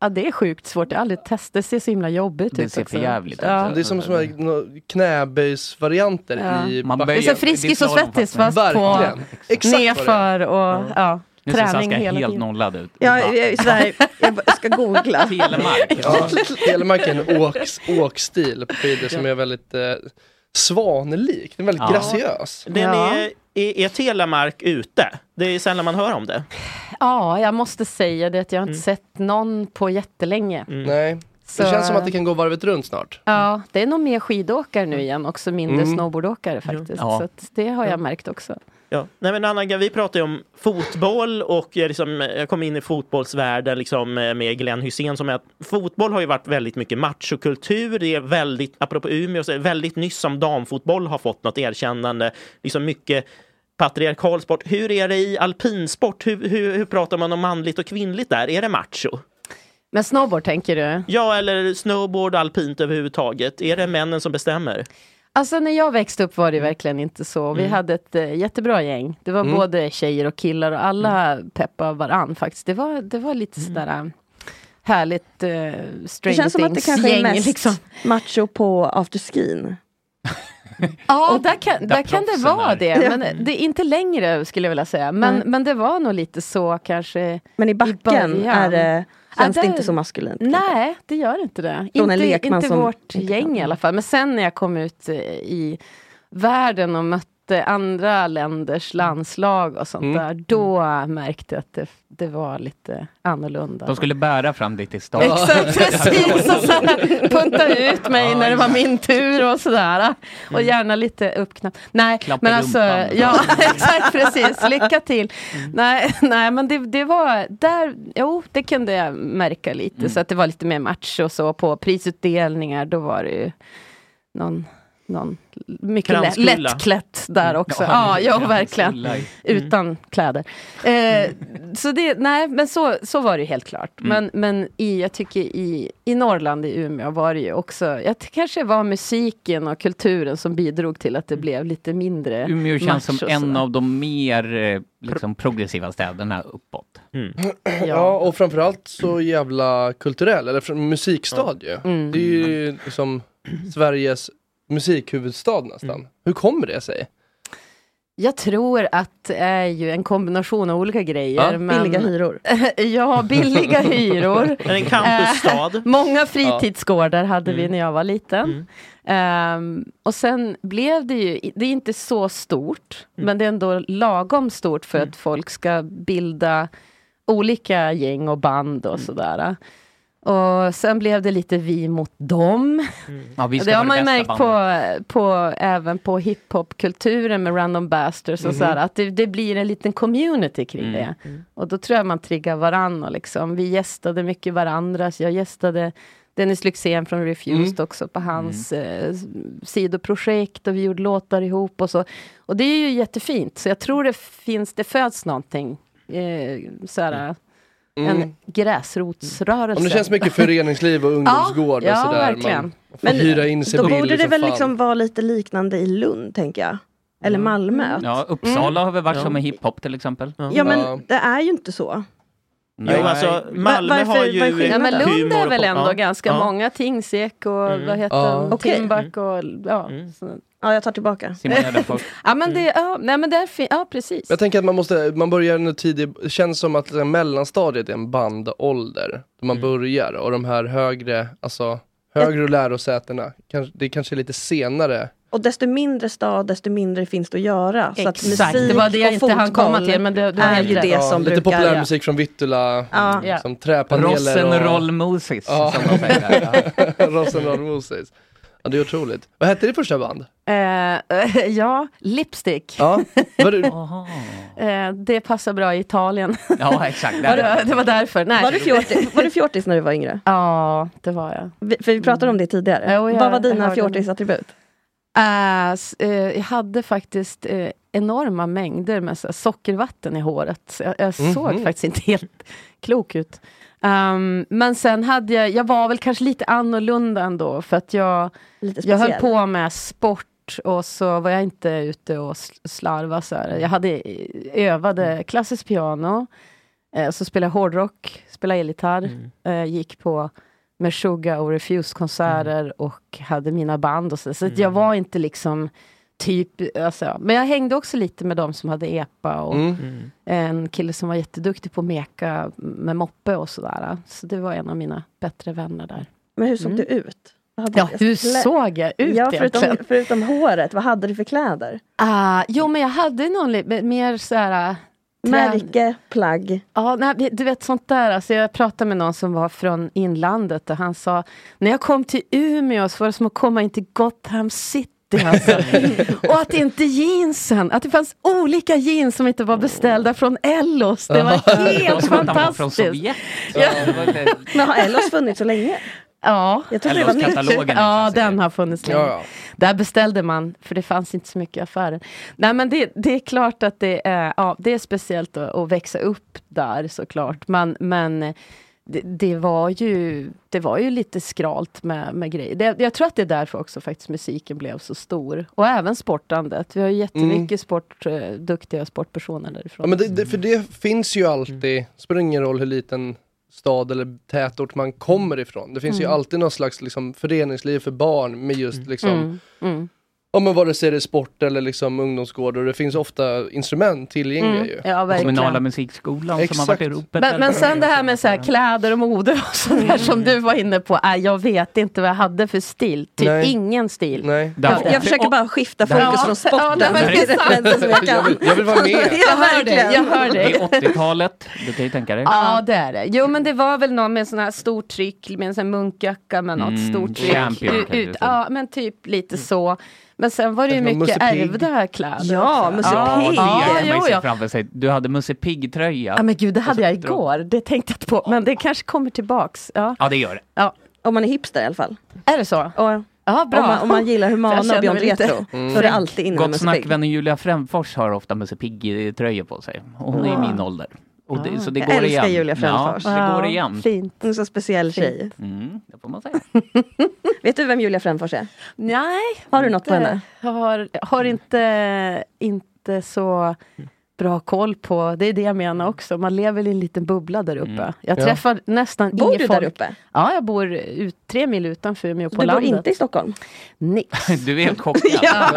J: Ja, det är sjukt svårt. Jag har aldrig testat. Det ser så himla jobbigt
E: Det
J: ut.
E: ser
J: också.
E: för jävligt ut.
J: ja.
C: Det är som såna här nå- knäböjsvarianter
J: Ja.
C: i
E: Man
C: backen.
E: böjer- Det är så
J: Friskis och svettis fast på
C: Verkligen. Exakt vad det är.
J: nedför och ja.
E: Nu ser
J: träning
E: Saskia
J: hela
E: helt
J: tiden.
E: nollad ut.
G: Ja, jag, är så här, jag bara ska googla.
E: Telemark.
C: Ja, telemark är en åks, åkstil på skidor som är väldigt eh, svanlik. Den är väldigt
H: Ja.
C: graciös.
H: Den är, är, är Telemark ute? Det är sällan man hör om det.
J: ja, jag måste säga det att jag har inte
H: Mm.
J: sett någon på jättelänge.
C: Mm. Nej.
J: Så-
C: Det känns som att det kan gå varvet runt snart.
J: Ja, det är nog mer skidåkare nu igen, också mindre
C: Mm.
J: snowboardåkare faktiskt.
H: Ja.
J: Så att det har jag märkt också.
H: Ja. Nej, men Anna, vi pratade ju om fotboll och jag, liksom, jag kom in i fotbollsvärlden liksom, med Glenn Hysén som är att fotboll har ju varit väldigt mycket machokultur. Det är väldigt, apropå Umeå, så är det väldigt nyss som damfotboll har fått något erkännande. Liksom mycket patriarkal sport. Hur är det i alpinsport? Hur, hur, hur pratar man om manligt och kvinnligt där? Är det macho?
J: Men snowboard tänker du?
H: Ja, eller snowboard och alpint överhuvudtaget. Är det männen som bestämmer?
J: Alltså när jag växte upp var det verkligen inte så. Vi
H: Mm.
J: hade ett eh, jättebra gäng. Det var
H: Mm.
J: både tjejer och killar och alla
G: Mm.
J: peppade varann faktiskt. Det var, det var lite sådär eh, härligt uh,
G: Det
J: Stranger
G: Mm. känns som att det kanske är
J: Things-gäng.
G: mest
J: Liksom.
G: macho på afterskin.
J: Ja, där kan, där kan det
G: proffsen
J: vara
G: är.
J: det.
G: Ja.
J: Men det är inte längre skulle jag vilja säga. Men,
G: Mm. Nej.
J: men det var nog lite så kanske
G: Men i backen
J: början.
G: är det, känns det
J: Ja, där- Mm.
G: inte så maskulint.
J: Nej, det gör inte det.
G: typ. Från en
J: Inte,
G: lekman
J: inte
G: som
J: vårt gäng i alla fall. Men sen när jag kom ut eh, i världen och mötte sett eh, andra länders landslag och sånt
E: Mm.
J: där, då märkte jag att det, det var lite annorlunda.
E: De skulle bära fram dig till stan.
J: Exakt, precis. Och så här, punta ut mig när det var min tur och sådär.
L: Mm.
J: Och gärna lite uppknappt. Nej,
L: Klapp i
J: men alltså,
L: rumpan.
J: ja exakt precis. Lycka till.
L: Mm.
J: Nej, nej, men det, det var där, jo det kunde jag märka lite.
L: Mm.
J: Så att det var lite mer match och så på prisutdelningar. Då var det ju någon, någon mycket lätt,
L: Kranskulla.
J: lättklätt där också.
L: Mm. Ja,
J: Ja, ja,
L: kranskulla.
J: verkligen.
L: Mm.
J: Utan kläder. Eh, så det, nej, men så, så var det ju helt klart.
L: Mm.
J: Men, men i, jag tycker i, i Norrland, i Umeå, var det ju också... Jag tycker kanske var musiken och kulturen som bidrog till att det blev lite mindre
E: Mm. Umeå känns
J: match
E: som
J: och
E: en
J: sådär.
E: av de mer eh, liksom, progressiva städerna uppåt.
C: Ja. och framförallt så jävla kulturell, eller fr- musikstad ju.
J: Mm.
C: Det är ju liksom Sveriges musikhuvudstad nästan. Hur kommer det sig?
J: Jag tror att det är ju en kombination av olika grejer.
C: Ja.
J: Men...
C: Billiga
G: hyror.
J: ja, billiga hyror.
H: Är det en campusstad? Mm.
J: Eh, Många fritidsgårdar hade vi när jag var liten. Ehm, och sen blev det ju, det är inte så stort,
H: Mm.
J: men det är ändå lagom stort för att folk ska bilda olika gäng och band
H: Mm.
J: och sådär. Och sen blev det lite vi mot dem.
H: Mm.
E: Ja, vi ska
J: det har
E: vara det
J: man ju
E: bästa
J: märkt på, på, även på hiphopkulturen med Random Bastards och
E: Mhm. Mm,
J: sådär, att det, det blir en liten community kring det. Och då tror jag man triggar varann och liksom, vi gästade mycket varandra, så jag gästade Dennis Lyxzén från Refused
E: Mm.
J: också på hans eh, sidoprojekt och vi gjorde låtar ihop och så. Och det är ju jättefint, så jag tror det finns, det föds någonting, eh, såhär,
C: Mm.
J: en gräsrotsrörelse.
C: Om det känns mycket föreningsliv och ungdomsgård
J: ja,
C: och sådär.
J: verkligen.
C: Man, man får hyra in sig
G: Då
C: billigt
G: borde det
C: som
G: väl
C: fan.
G: liksom vara lite liknande i Lund, tänker jag. Eller Malmö.
E: Ja,
J: Mm.
E: Uppsala har väl varit
G: Ja.
E: som med hiphop till exempel.
G: Ja, men det är ju inte så.
H: Jo, alltså, Malmö
G: varför-
H: har ju
G: vad är skillnaden?
J: Ja, men
H: humor
J: Lund är
H: och
J: väl
H: pop-
J: ändå
H: ja.
J: ganska
H: Ja.
J: många, Tingsek och vad heter
H: Ja.
J: den,
G: Okej.
J: Timbuk och ja. så-
G: Ja, jag tar tillbaka.
J: ja, men det, ja, nej men det är fin- ja precis.
C: Jag tänker att man måste, man börjar ändå tidigt, det känns som att liksom, mellanstadiet är en bandålder. Där man börjar och de här högre, alltså högre lärosätena, kanske, det kanske är lite senare.
G: Och desto mindre stad, desto mindre finns det att göra. Så att
J: Exakt,
G: musik
J: det var det jag
G: och
J: inte hann
G: fotboll
J: komma till, men det- du har
G: är
J: helt
G: ju
J: rätt.
G: det
J: Ja,
G: som
C: lite
G: brukar...
C: populärmusik från Vittula,
G: Ja.
C: liksom, träpaneler
E: Rock'n'roll Moses, som de säger där.
C: Rock'n'roll Moses. Ja, det är otroligt. Vad hette ditt första band?
J: Eh, ja, lipstick.
C: Ja, var det,
J: Eh, det passar bra i Italien.
E: Ja, exakt.
J: Var det, det var därför. Nej.
G: Var du, fjortis, var du fjortis när du var yngre?
J: Ja, det var jag.
G: Vi, för vi pratade om det tidigare.
J: Jo, jag-
G: Vad var
J: jag
G: dina
J: hörde.
G: fjortisattribut?
J: Eh, s- eh, jag hade faktiskt eh, enorma mängder med så här, sockervatten i håret. Så jag jag
L: Mhm.
J: såg faktiskt inte helt klok ut. Ehm, men sen hade jag, jag var väl kanske lite annorlunda ändå, för att jag, jag höll
L: speciell.
J: på med sport och så var jag inte ute och sl- slarva så här. Jag hade, eh, övade klassiskt piano, eh, så spelade jag hårdrock, spelade elgitarr, eh, gick på Meshuggah och Refuse-konserter och hade mina band och så. Så att jag var inte liksom typ, alltså, ja. men jag hängde också lite med de som hade EPA och
C: Mm.
J: en kille som var jätteduktig på att meka med moppe och sådär. Så det var en av mina bättre vänner där.
G: Men hur såg
J: Mm.
G: du ut? Vad hade
J: Ja,
G: du-
J: hur såg jag ut
G: ja, förutom,
J: egentligen?
G: förutom håret, vad hade du för kläder?
J: Ah, jo, men jag hade någon li- me- mer så här... eh,
G: Märke, plagg.
J: Ja, nej, det- du vet sånt där. Alltså, jag pratade med någon som var från inlandet och han sa, när jag kom till Umeå så var det som att komma in till Gotham City. Alltså. och att inte jeansen, att det fanns olika jeans som inte var beställda från Ellos. Det var
E: Jag
J: helt
E: trodde att han var från
J: fantastiskt.
E: Sovjet.
J: Ja.
E: Det var lite-
G: Men har Ellos funnits så länge?
J: Ja,
G: Jag trodde det var nytt. Ellos-katalogen,
E: liksom,
J: ja den har funnits länge.
G: Ja, ja.
J: Där beställde man, för det fanns inte så mycket i affären. Nej, men det, det är klart att det är, ja, det är speciellt att, att växa upp där såklart. Men, men det, det, var ju, det var ju lite skralt med, med grejer. Det, jag tror att det är därför också faktiskt musiken blev så stor. Och även sportandet. Vi har ju
G: Mm.
J: jättemycket sport, eh, duktiga sportpersoner därifrån.
C: ja, men det, det, för det finns ju
E: Mm.
C: alltid, spelar ingen roll hur liten stad eller tätort man kommer ifrån. Det finns ju
J: Mm.
E: Mm.
C: alltid någon slags liksom, föreningsliv för barn med just liksom
J: Mm, mm.
C: Ja men vare sig det är sport eller liksom ungdomsgårdar, det finns ofta instrument tillgängliga
J: Mm,
C: ju.
J: ja, verkligen. Kommunala
E: musikskolan
C: Exakt.
E: som har varit i ropet.
J: Men, men sen det här med så här, kläder och mode och sånt där som du var inne på. Äh, jag vet inte vad jag hade för stil. Typ
C: Nej.
J: ingen stil.
C: Nej.
G: Jag, jag försöker bara skifta fokus från sporten.
J: Ja, men,
G: till referenser som jag
C: Jag
G: kan.
C: vill- jag vill vara med.
J: Jag hör dig, jag hör
E: Det är
J: dig.
E: 80-talet, du kan ju tänka dig.
J: Ja det är det. Jo men det var väl någon med sån här stort tryck, med en sån här munkjacka med något
E: Mm,
J: stort tryck.
E: champion
J: U-
E: kanske
J: ut,
E: det är.
J: ja men typ lite så. Men sen var det ju
E: Eller någon
J: mycket
E: Musse Pigg.
J: ärvda kläder.
G: Ja,
J: också.
G: Musse
E: Ja,
J: Ja,
E: det
J: ja,
E: kan man
J: jo,
E: ju se
J: ja.
E: framför sig. Du hade Musse Pigg-tröja.
J: ja men gud det hade jag
E: drog-
J: igår, det tänkte jag inte på. Men det kanske kommer tillbaks. Ja.
E: Ja, det gör det.
J: Ja.
G: Om man är hipster i alla fall.
J: Är det så?
G: Ja,
J: bra.
G: Om, man, om man gillar
J: Jag
G: Humana
J: känner
G: och Beyond
J: mig lite-
G: Retro
J: Mm.
G: så är det alltid inne med
E: Gott
G: Musse
E: snack,
G: Pigg.
E: vännen Julia Fränfors har ofta Musse Pigg-tröjor på sig. Och hon är i
G: Ah.
E: min ålder. Och det, så det
G: jag
E: går
G: älskar
E: igen.
G: Julia Fränfors.
E: Ja, det går igen.
G: Fint. Hon är en så speciell tjej.
E: Mm.
G: Vet du vem Julia Fränfors är?
J: Nej.
G: Har du något på
J: inte-
G: henne?
J: Jag har, har inte, inte så bra koll på, det är det jag menar också, man lever i en liten bubbla där
E: Mm.
J: uppe. Jag
G: Ja.
J: träffar nästan
G: Bor
J: inget
G: du där
J: folk.
G: uppe?
J: Ja, jag bor ut, tre mil utanför Umeå på
G: Du bor
J: landet.
G: inte i Stockholm?
J: Nej.
E: Du är helt chockad.
J: Ja.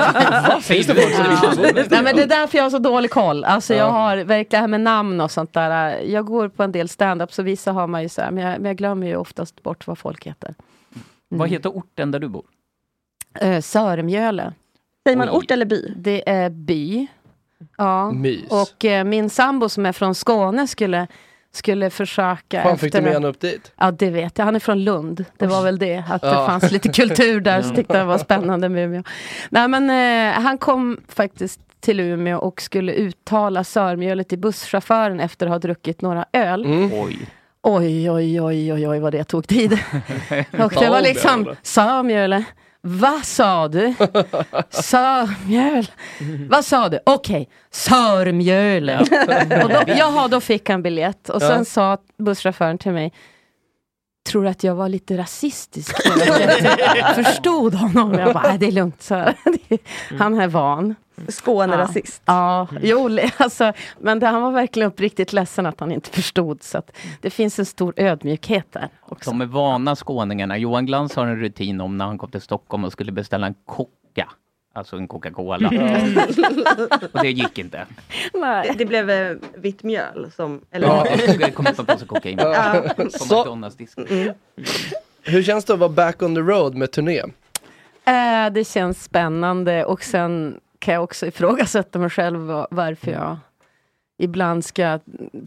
E: Vad finns det folk som
J: Nej, men det är därför jag har så dålig koll. Alltså,
E: Ja.
J: Jag har verkligen det här med namn och sånt där. äh, Jag går på en del stand-up så vissa har man ju så här, men jag, men jag glömmer ju oftast bort vad folk heter.
E: Vad heter orten där du bor?
J: Eh, Sörmjöle.
G: Säger man ort eller by?
J: Det är by. Ja.
C: Mys.
J: Och eh, min sambo som är från Skåne skulle, skulle försöka.
C: Fan fick du
J: efter-
C: med henne upp dit?
J: Ja det vet jag, han är från Lund. Det var väl det, att
C: Ja.
J: det fanns lite kultur där, så tyckte jag det var spännande med Umeå. Nej men eh, han kom faktiskt till Umeå och skulle uttala sörmjölet till busschauffören efter att ha druckit några öl.
E: Oj.
J: Oj, oj, oj, oj, oj vad det tog tid. Och det var liksom, Samuel, vad sa du? Samuel, vad sa du? Okej, Sörmjöle. Och då, jaha, då fick han biljett. Och sen
G: Ja.
J: sa busschauffören till mig, tror du att jag var lite rasistisk? Förstod honom? Jag bara, "Nej, det är lugnt. Så här. Han är van.
G: Skånerasist.
J: Ja, ja. Jo, le- alltså, men det, han var verkligen uppriktigt ledsen att han inte förstod. Så att det finns en stor ödmjukhet där.
E: De är vana skåningarna. Johan Glans har en rutin om när han kom till Stockholm och skulle beställa en Coca. Alltså en Coca-Cola. och det gick inte.
G: Det, det blev eh, vitt mjöl som... Eller,
E: Ja. Det kom upp en påse kokain.
C: Ja.
E: På
C: Så.
E: McDonalds-disken.
J: Mm.
C: Hur känns det att vara back on the road med turné?
J: Eh, det känns spännande och sen kan jag också ifrågasätta mig själv va- varför jag ibland ska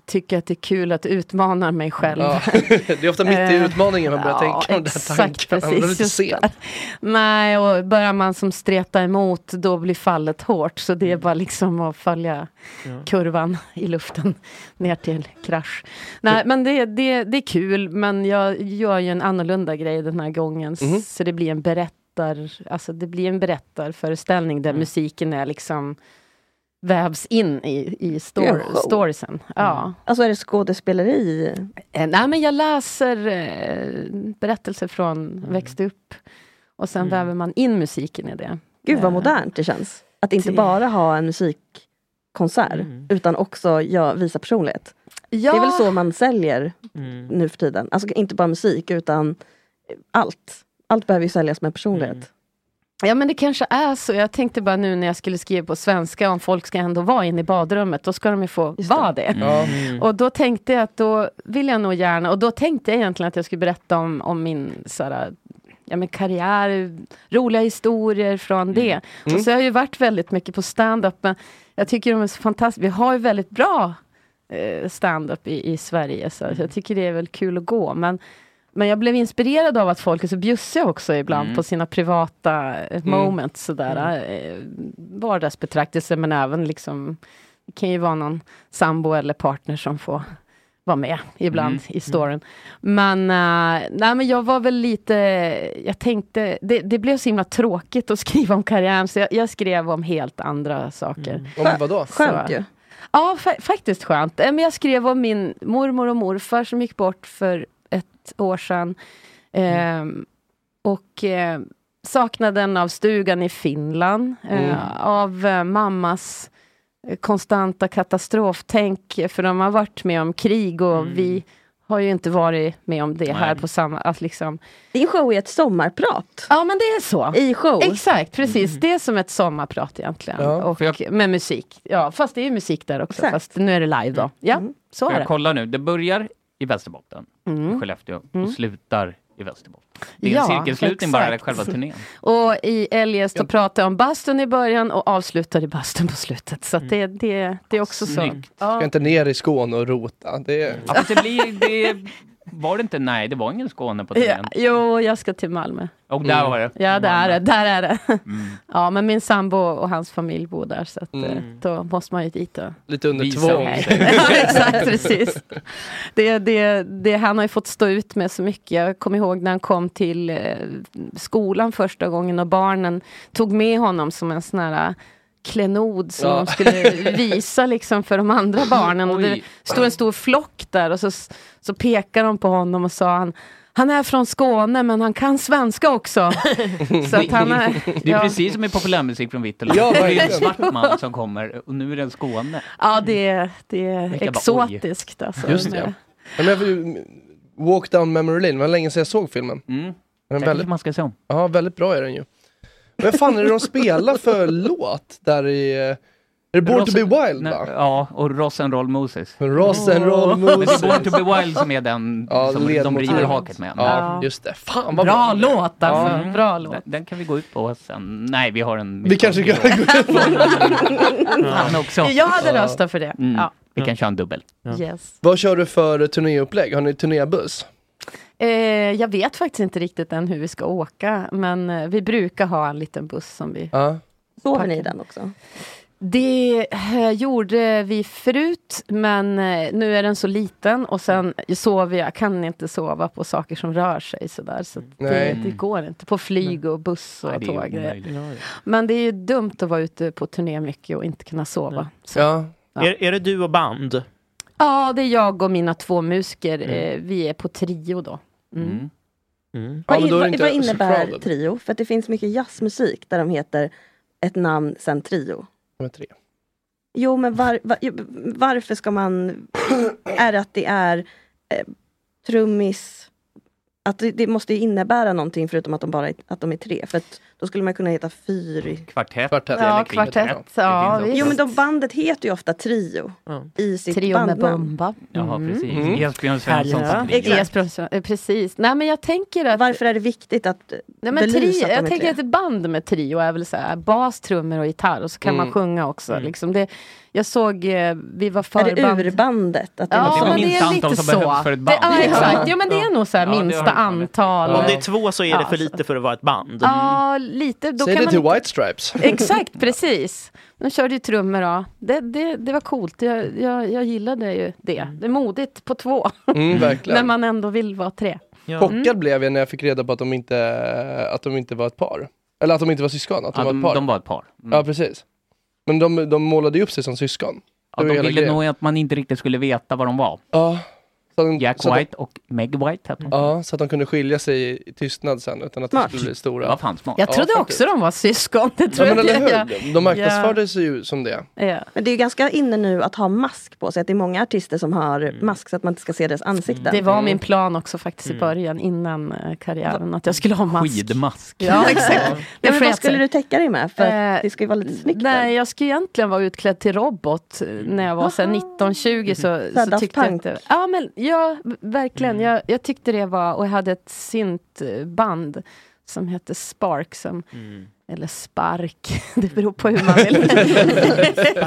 J: tycka att det är kul att utmana mig själv.
C: Ja. Det är ofta mitt i
J: Eh,
C: utmaningen man börjar
J: ja,
C: tänka om den här
J: exakt,
C: tanken. Man blir
J: precis,
C: lite
J: just
C: sen.
J: det. Nej, och börjar man som streta emot då blir fallet hårt. Så
C: Mm.
J: det är bara liksom att följa kurvan i luften ner till krasch. Nej, men det, det, det är kul, men jag gör ju en annorlunda grej den här gången.
G: Mhm.
J: Så det blir en berättar, alltså det blir en berättarföreställning
C: Mm.
J: där musiken är liksom vävs in i, i
G: Det är
J: story,
G: en show.
J: storiesen. Ja.
G: Alltså är det skådespeleri?
J: Eh, Nej, men jag läser eh, berättelser från växte upp. Och sen väver man in musiken i det.
G: Gud vad
J: Eh,
G: modernt det känns. Att inte
J: det- Mm.
G: bara ha en musikkonsert utan också ja, visa personlighet. Det är väl så man säljer
J: Mm.
G: nu för tiden. Alltså inte bara musik utan allt. Allt behöver ju säljas med personlighet.
J: Mm. Ja, men det kanske är så. Jag tänkte bara nu när jag skulle skriva på svenska, om folk ska ändå vara inne i badrummet, då ska de ju få vara det.
C: Ja. Mm.
J: Och då tänkte jag att då vill jag nog gärna, och då tänkte jag egentligen att jag skulle berätta om, om min såhär, ja, men karriär, roliga historier från det.
G: Mm.
J: Och så har jag ju varit väldigt mycket på stand-up, men jag tycker de är så fantastiska. Vi har ju väldigt bra eh, stand-up i, i Sverige, så jag tycker det är väl kul att gå. Men, men jag blev inspirerad av att folk är så bjussiga också ibland
G: Mm.
J: på sina privata eh, moments, sådär, eh, vardagsbetraktelser, men även liksom, det kan ju vara någon sambo eller partner som får vara med ibland
G: Mm.
J: i storyn. Men, eh, nej, men jag var väl lite, jag tänkte, det, det blev så himla tråkigt att skriva om karriären, så jag, jag skrev om helt andra saker.
G: Mm.
C: Om vadå?
G: Skönt ju.
J: Ja, fa- faktiskt skönt. Eh, Men jag skrev om min mormor och morfar som gick bort för ett år sedan.
C: Mm.
J: Ehm, Och eh, saknaden av stugan i Finland, eh,
G: Mm.
J: av eh, mammas
E: Mm.
J: eh, konstanta katastroftänk, för de har varit med om krig och vi har ju inte varit med om det här på samma... Att liksom,
G: Din show är ett sommarprat.
J: Ja men det är så.
G: I show.
J: Exakt, precis. Det är som ett sommarprat egentligen.
E: Mm. Ja.
J: och, Med musik. Ja, fast det är ju musik där också.
E: Exakt.
J: Fast nu är det live då. Ja,
G: Mm.
J: så
E: Får
J: är det.
E: Mm. jag kolla nu, det börjar i Västerbotten,
J: Mm.
E: i Skellefteå,
J: Mm.
E: och slutar i Västerbotten. Det är en cirkelslutning bara, eller själva turnén.
J: Och i Eljest så pratar jag om bastun i början och avslutar i bastun på slutet. Så att det, det, det är också
E: Mm. Snyggt.
J: så. Ja.
C: Ska inte ner i Skåne och rota. Det är...
E: Ja, typ- fast det blir, det, var det inte, nej det var ingen Skåne på
J: Ja,
E: turnén.
J: jo, jag ska till Malmö.
E: Och
C: Mm.
E: där var Mm. det.
J: Ja, där är det. Där är det. Ja, men min sambo och hans familj bor där, så att, eh,
C: Mm.
J: då måste man ju dit och...
C: Lite under
J: Visa
C: tvång.
J: upp sig. ja, exakt, precis. Det, det, det, han har ju fått stå ut med så mycket. Jag kommer ihåg när han kom till eh, skolan första gången och barnen tog med honom som en sån här eh, klenod som
G: Ja.
J: de skulle visa liksom för de andra barnen. Och det
G: Oj.
J: stod en stor flock där och så, så pekade de på honom och sa han han är från Skåne men han kan svenska också. så att han är,
E: Det är
J: ja.
E: precis som i populärmusik från Vittula.
J: Ja,
E: det är en
J: verkligen.
E: svart man som kommer och nu är det en Skåne.
J: Ja, det är, det är
E: Vilka bara,
J: exotiskt. Alltså,
C: Just
J: med-
C: det. Ja, men jag, vill- Walk down memory lane, det var länge sedan jag såg filmen.
E: Mm.
C: Den
E: Den kanske man ska se om.
C: Ja, väldigt bra är den ju. Men vad fan är det de spelar för låt där i... eh, Är det Born
E: Ross-
C: to be wild
E: Nej,
C: va?
E: Ja, och Rock'n'Roll Moses.
C: Rock'n'Roll
E: Åh. Men det är Born
C: Moses.
E: to be wild som är den
C: Ja,
E: som de river
C: ledmotivet.
E: haket med.
C: Ja, Ja. just det. Fan,
J: vad Bra bra. låt, alltså.
E: Mm.
J: Bra låt.
E: Den, den kan vi gå ut på sen. Nej, vi har en...
C: Vi kanske kan gå
E: ut på Han också.
J: Jag hade röstat för det.
E: Mm.
J: Ja.
E: Vi kan köra en dubbel.
J: Yes.
C: Vad kör du för turnéupplägg? Har ni turnébuss?
J: Eh, jag vet faktiskt inte riktigt än hur vi ska åka, men eh, vi brukar ha en liten buss som vi...
C: Ja.
G: Sover ni i den också?
J: Det eh, gjorde vi förut, men eh, nu är den så liten och sen sover jag, kan inte sova på saker som rör sig sådär. Så att det,
E: Nej.
J: det går inte, på flyg och buss och
E: Nej, det är ju
J: tåg.
E: omöjligt.
J: Men det är ju dumt att vara ute på turné mycket och inte kunna sova. Så. Mm.
C: Ja.
H: Är, är det du och band?
J: Ja, det är jag och mina två musiker.
H: Mm.
J: Eh, Vi är på trio då. Mm.
H: Mm.
G: Vad,
J: men
G: in,
J: då är det
G: vad,
J: inte
G: vad
J: så
G: innebär
J: crowded.
G: trio? För att det finns mycket jazzmusik där de heter ett namn, sen trio.
C: De är tre.
G: Jo, men var, var, jo, varför ska man... är det att det är eh, trummis... Att det, det måste ju innebära någonting förutom att de bara är, att de är tre. För att då skulle man kunna heta fyr...
E: Kvartett.
C: kvartett.
J: Ja, eller kvartett, kvintetett. ja, Det finns visst.
G: jo, men de bandet heter ju ofta trio. I sitt
J: Trio med
G: bandnamn.
J: Bumba.
E: Jaha, precis.
G: Mm.
E: Esbjörn Svensson.
G: Ja,
E: som ringer.
G: exakt.
J: Eh, Precis. Nej, men jag tänker att...
G: Varför är det viktigt att
J: Nej, men
G: belysa
J: trio,
G: att de
J: jag
G: är
J: tänker
G: tre?
J: att ett band med trio är väl så här, bas, trummor och gitarr och så kan
G: Mm.
J: man sjunga också.
G: Mm.
J: Liksom det, jag såg, eh, vi var
G: Är
J: förband.
G: det urbandet? Att det
J: ja,
G: är något
J: men
G: sånt?
J: det är lite så. Det, ja,
E: liksom.
J: exakt. Ja, men det är nog så här, minsta antal.
H: Om
J: och-
H: det är två så är det
J: Ja,
H: för lite för att vara ett band.
J: Ja, lite. Då
C: Säg
J: kan
C: det
J: man
C: till
J: inte-
C: White Stripes.
J: Exakt, precis. De körde ju trummor. Ja. Det, det, det var coolt. Jag, jag, jag gillade ju det. Det är modigt på två.
C: Mm, verkligen.
J: När man ändå vill vara tre.
C: Chockad
J: Mm.
C: blev jag när jag fick reda på att de inte, att de inte var ett par. Eller att de inte var syskon, att de var
E: Ja, de-
C: ett par.
E: de var ett par. Mm.
C: Ja, precis. Men de, de målade ju upp sig som syskon.
E: Ja,
C: Det var
E: de
C: hela
E: ville
C: grejen.
E: nog att man inte riktigt skulle veta vad de var.
C: Ja.
E: Jack
C: så de-
E: White och Meg White hette de.
C: Ja, så att de kunde skilja sig i tystnad sen utan att de
E: Smart.
C: skulle bli stora.
E: Vad fan smart.
J: Jag trodde också de var syskon. Det
C: Ja,
J: tror
C: men
J: jag
C: eller
J: jag-
C: hur? De marknadsförde sig ju som det.
G: Men det är ju ganska inne nu att ha mask på sig. Att det är många artister som har
E: Mm.
G: mask så att man inte ska se deras ansikten.
J: Det var min plan också faktiskt i början innan eh, karriären att jag skulle ha mask.
E: Skidmask.
J: Ja, exakt.
G: Ja, men
J: sket
G: vad skulle
J: sig.
G: du täcka dig med? För att
J: Eh,
G: det ska ju vara lite snyggt.
J: Nej, jag skulle egentligen vara utklädd till robot eh, när jag var 19-20
G: Så här
J: så, så
G: Daft
J: tyckte jag
G: Punk.
J: inte... Ja, men ja, v- verkligen. Jag, jag tyckte det var... Och jag hade ett syntband som hette Spark som... Eller Spark, det beror på hur man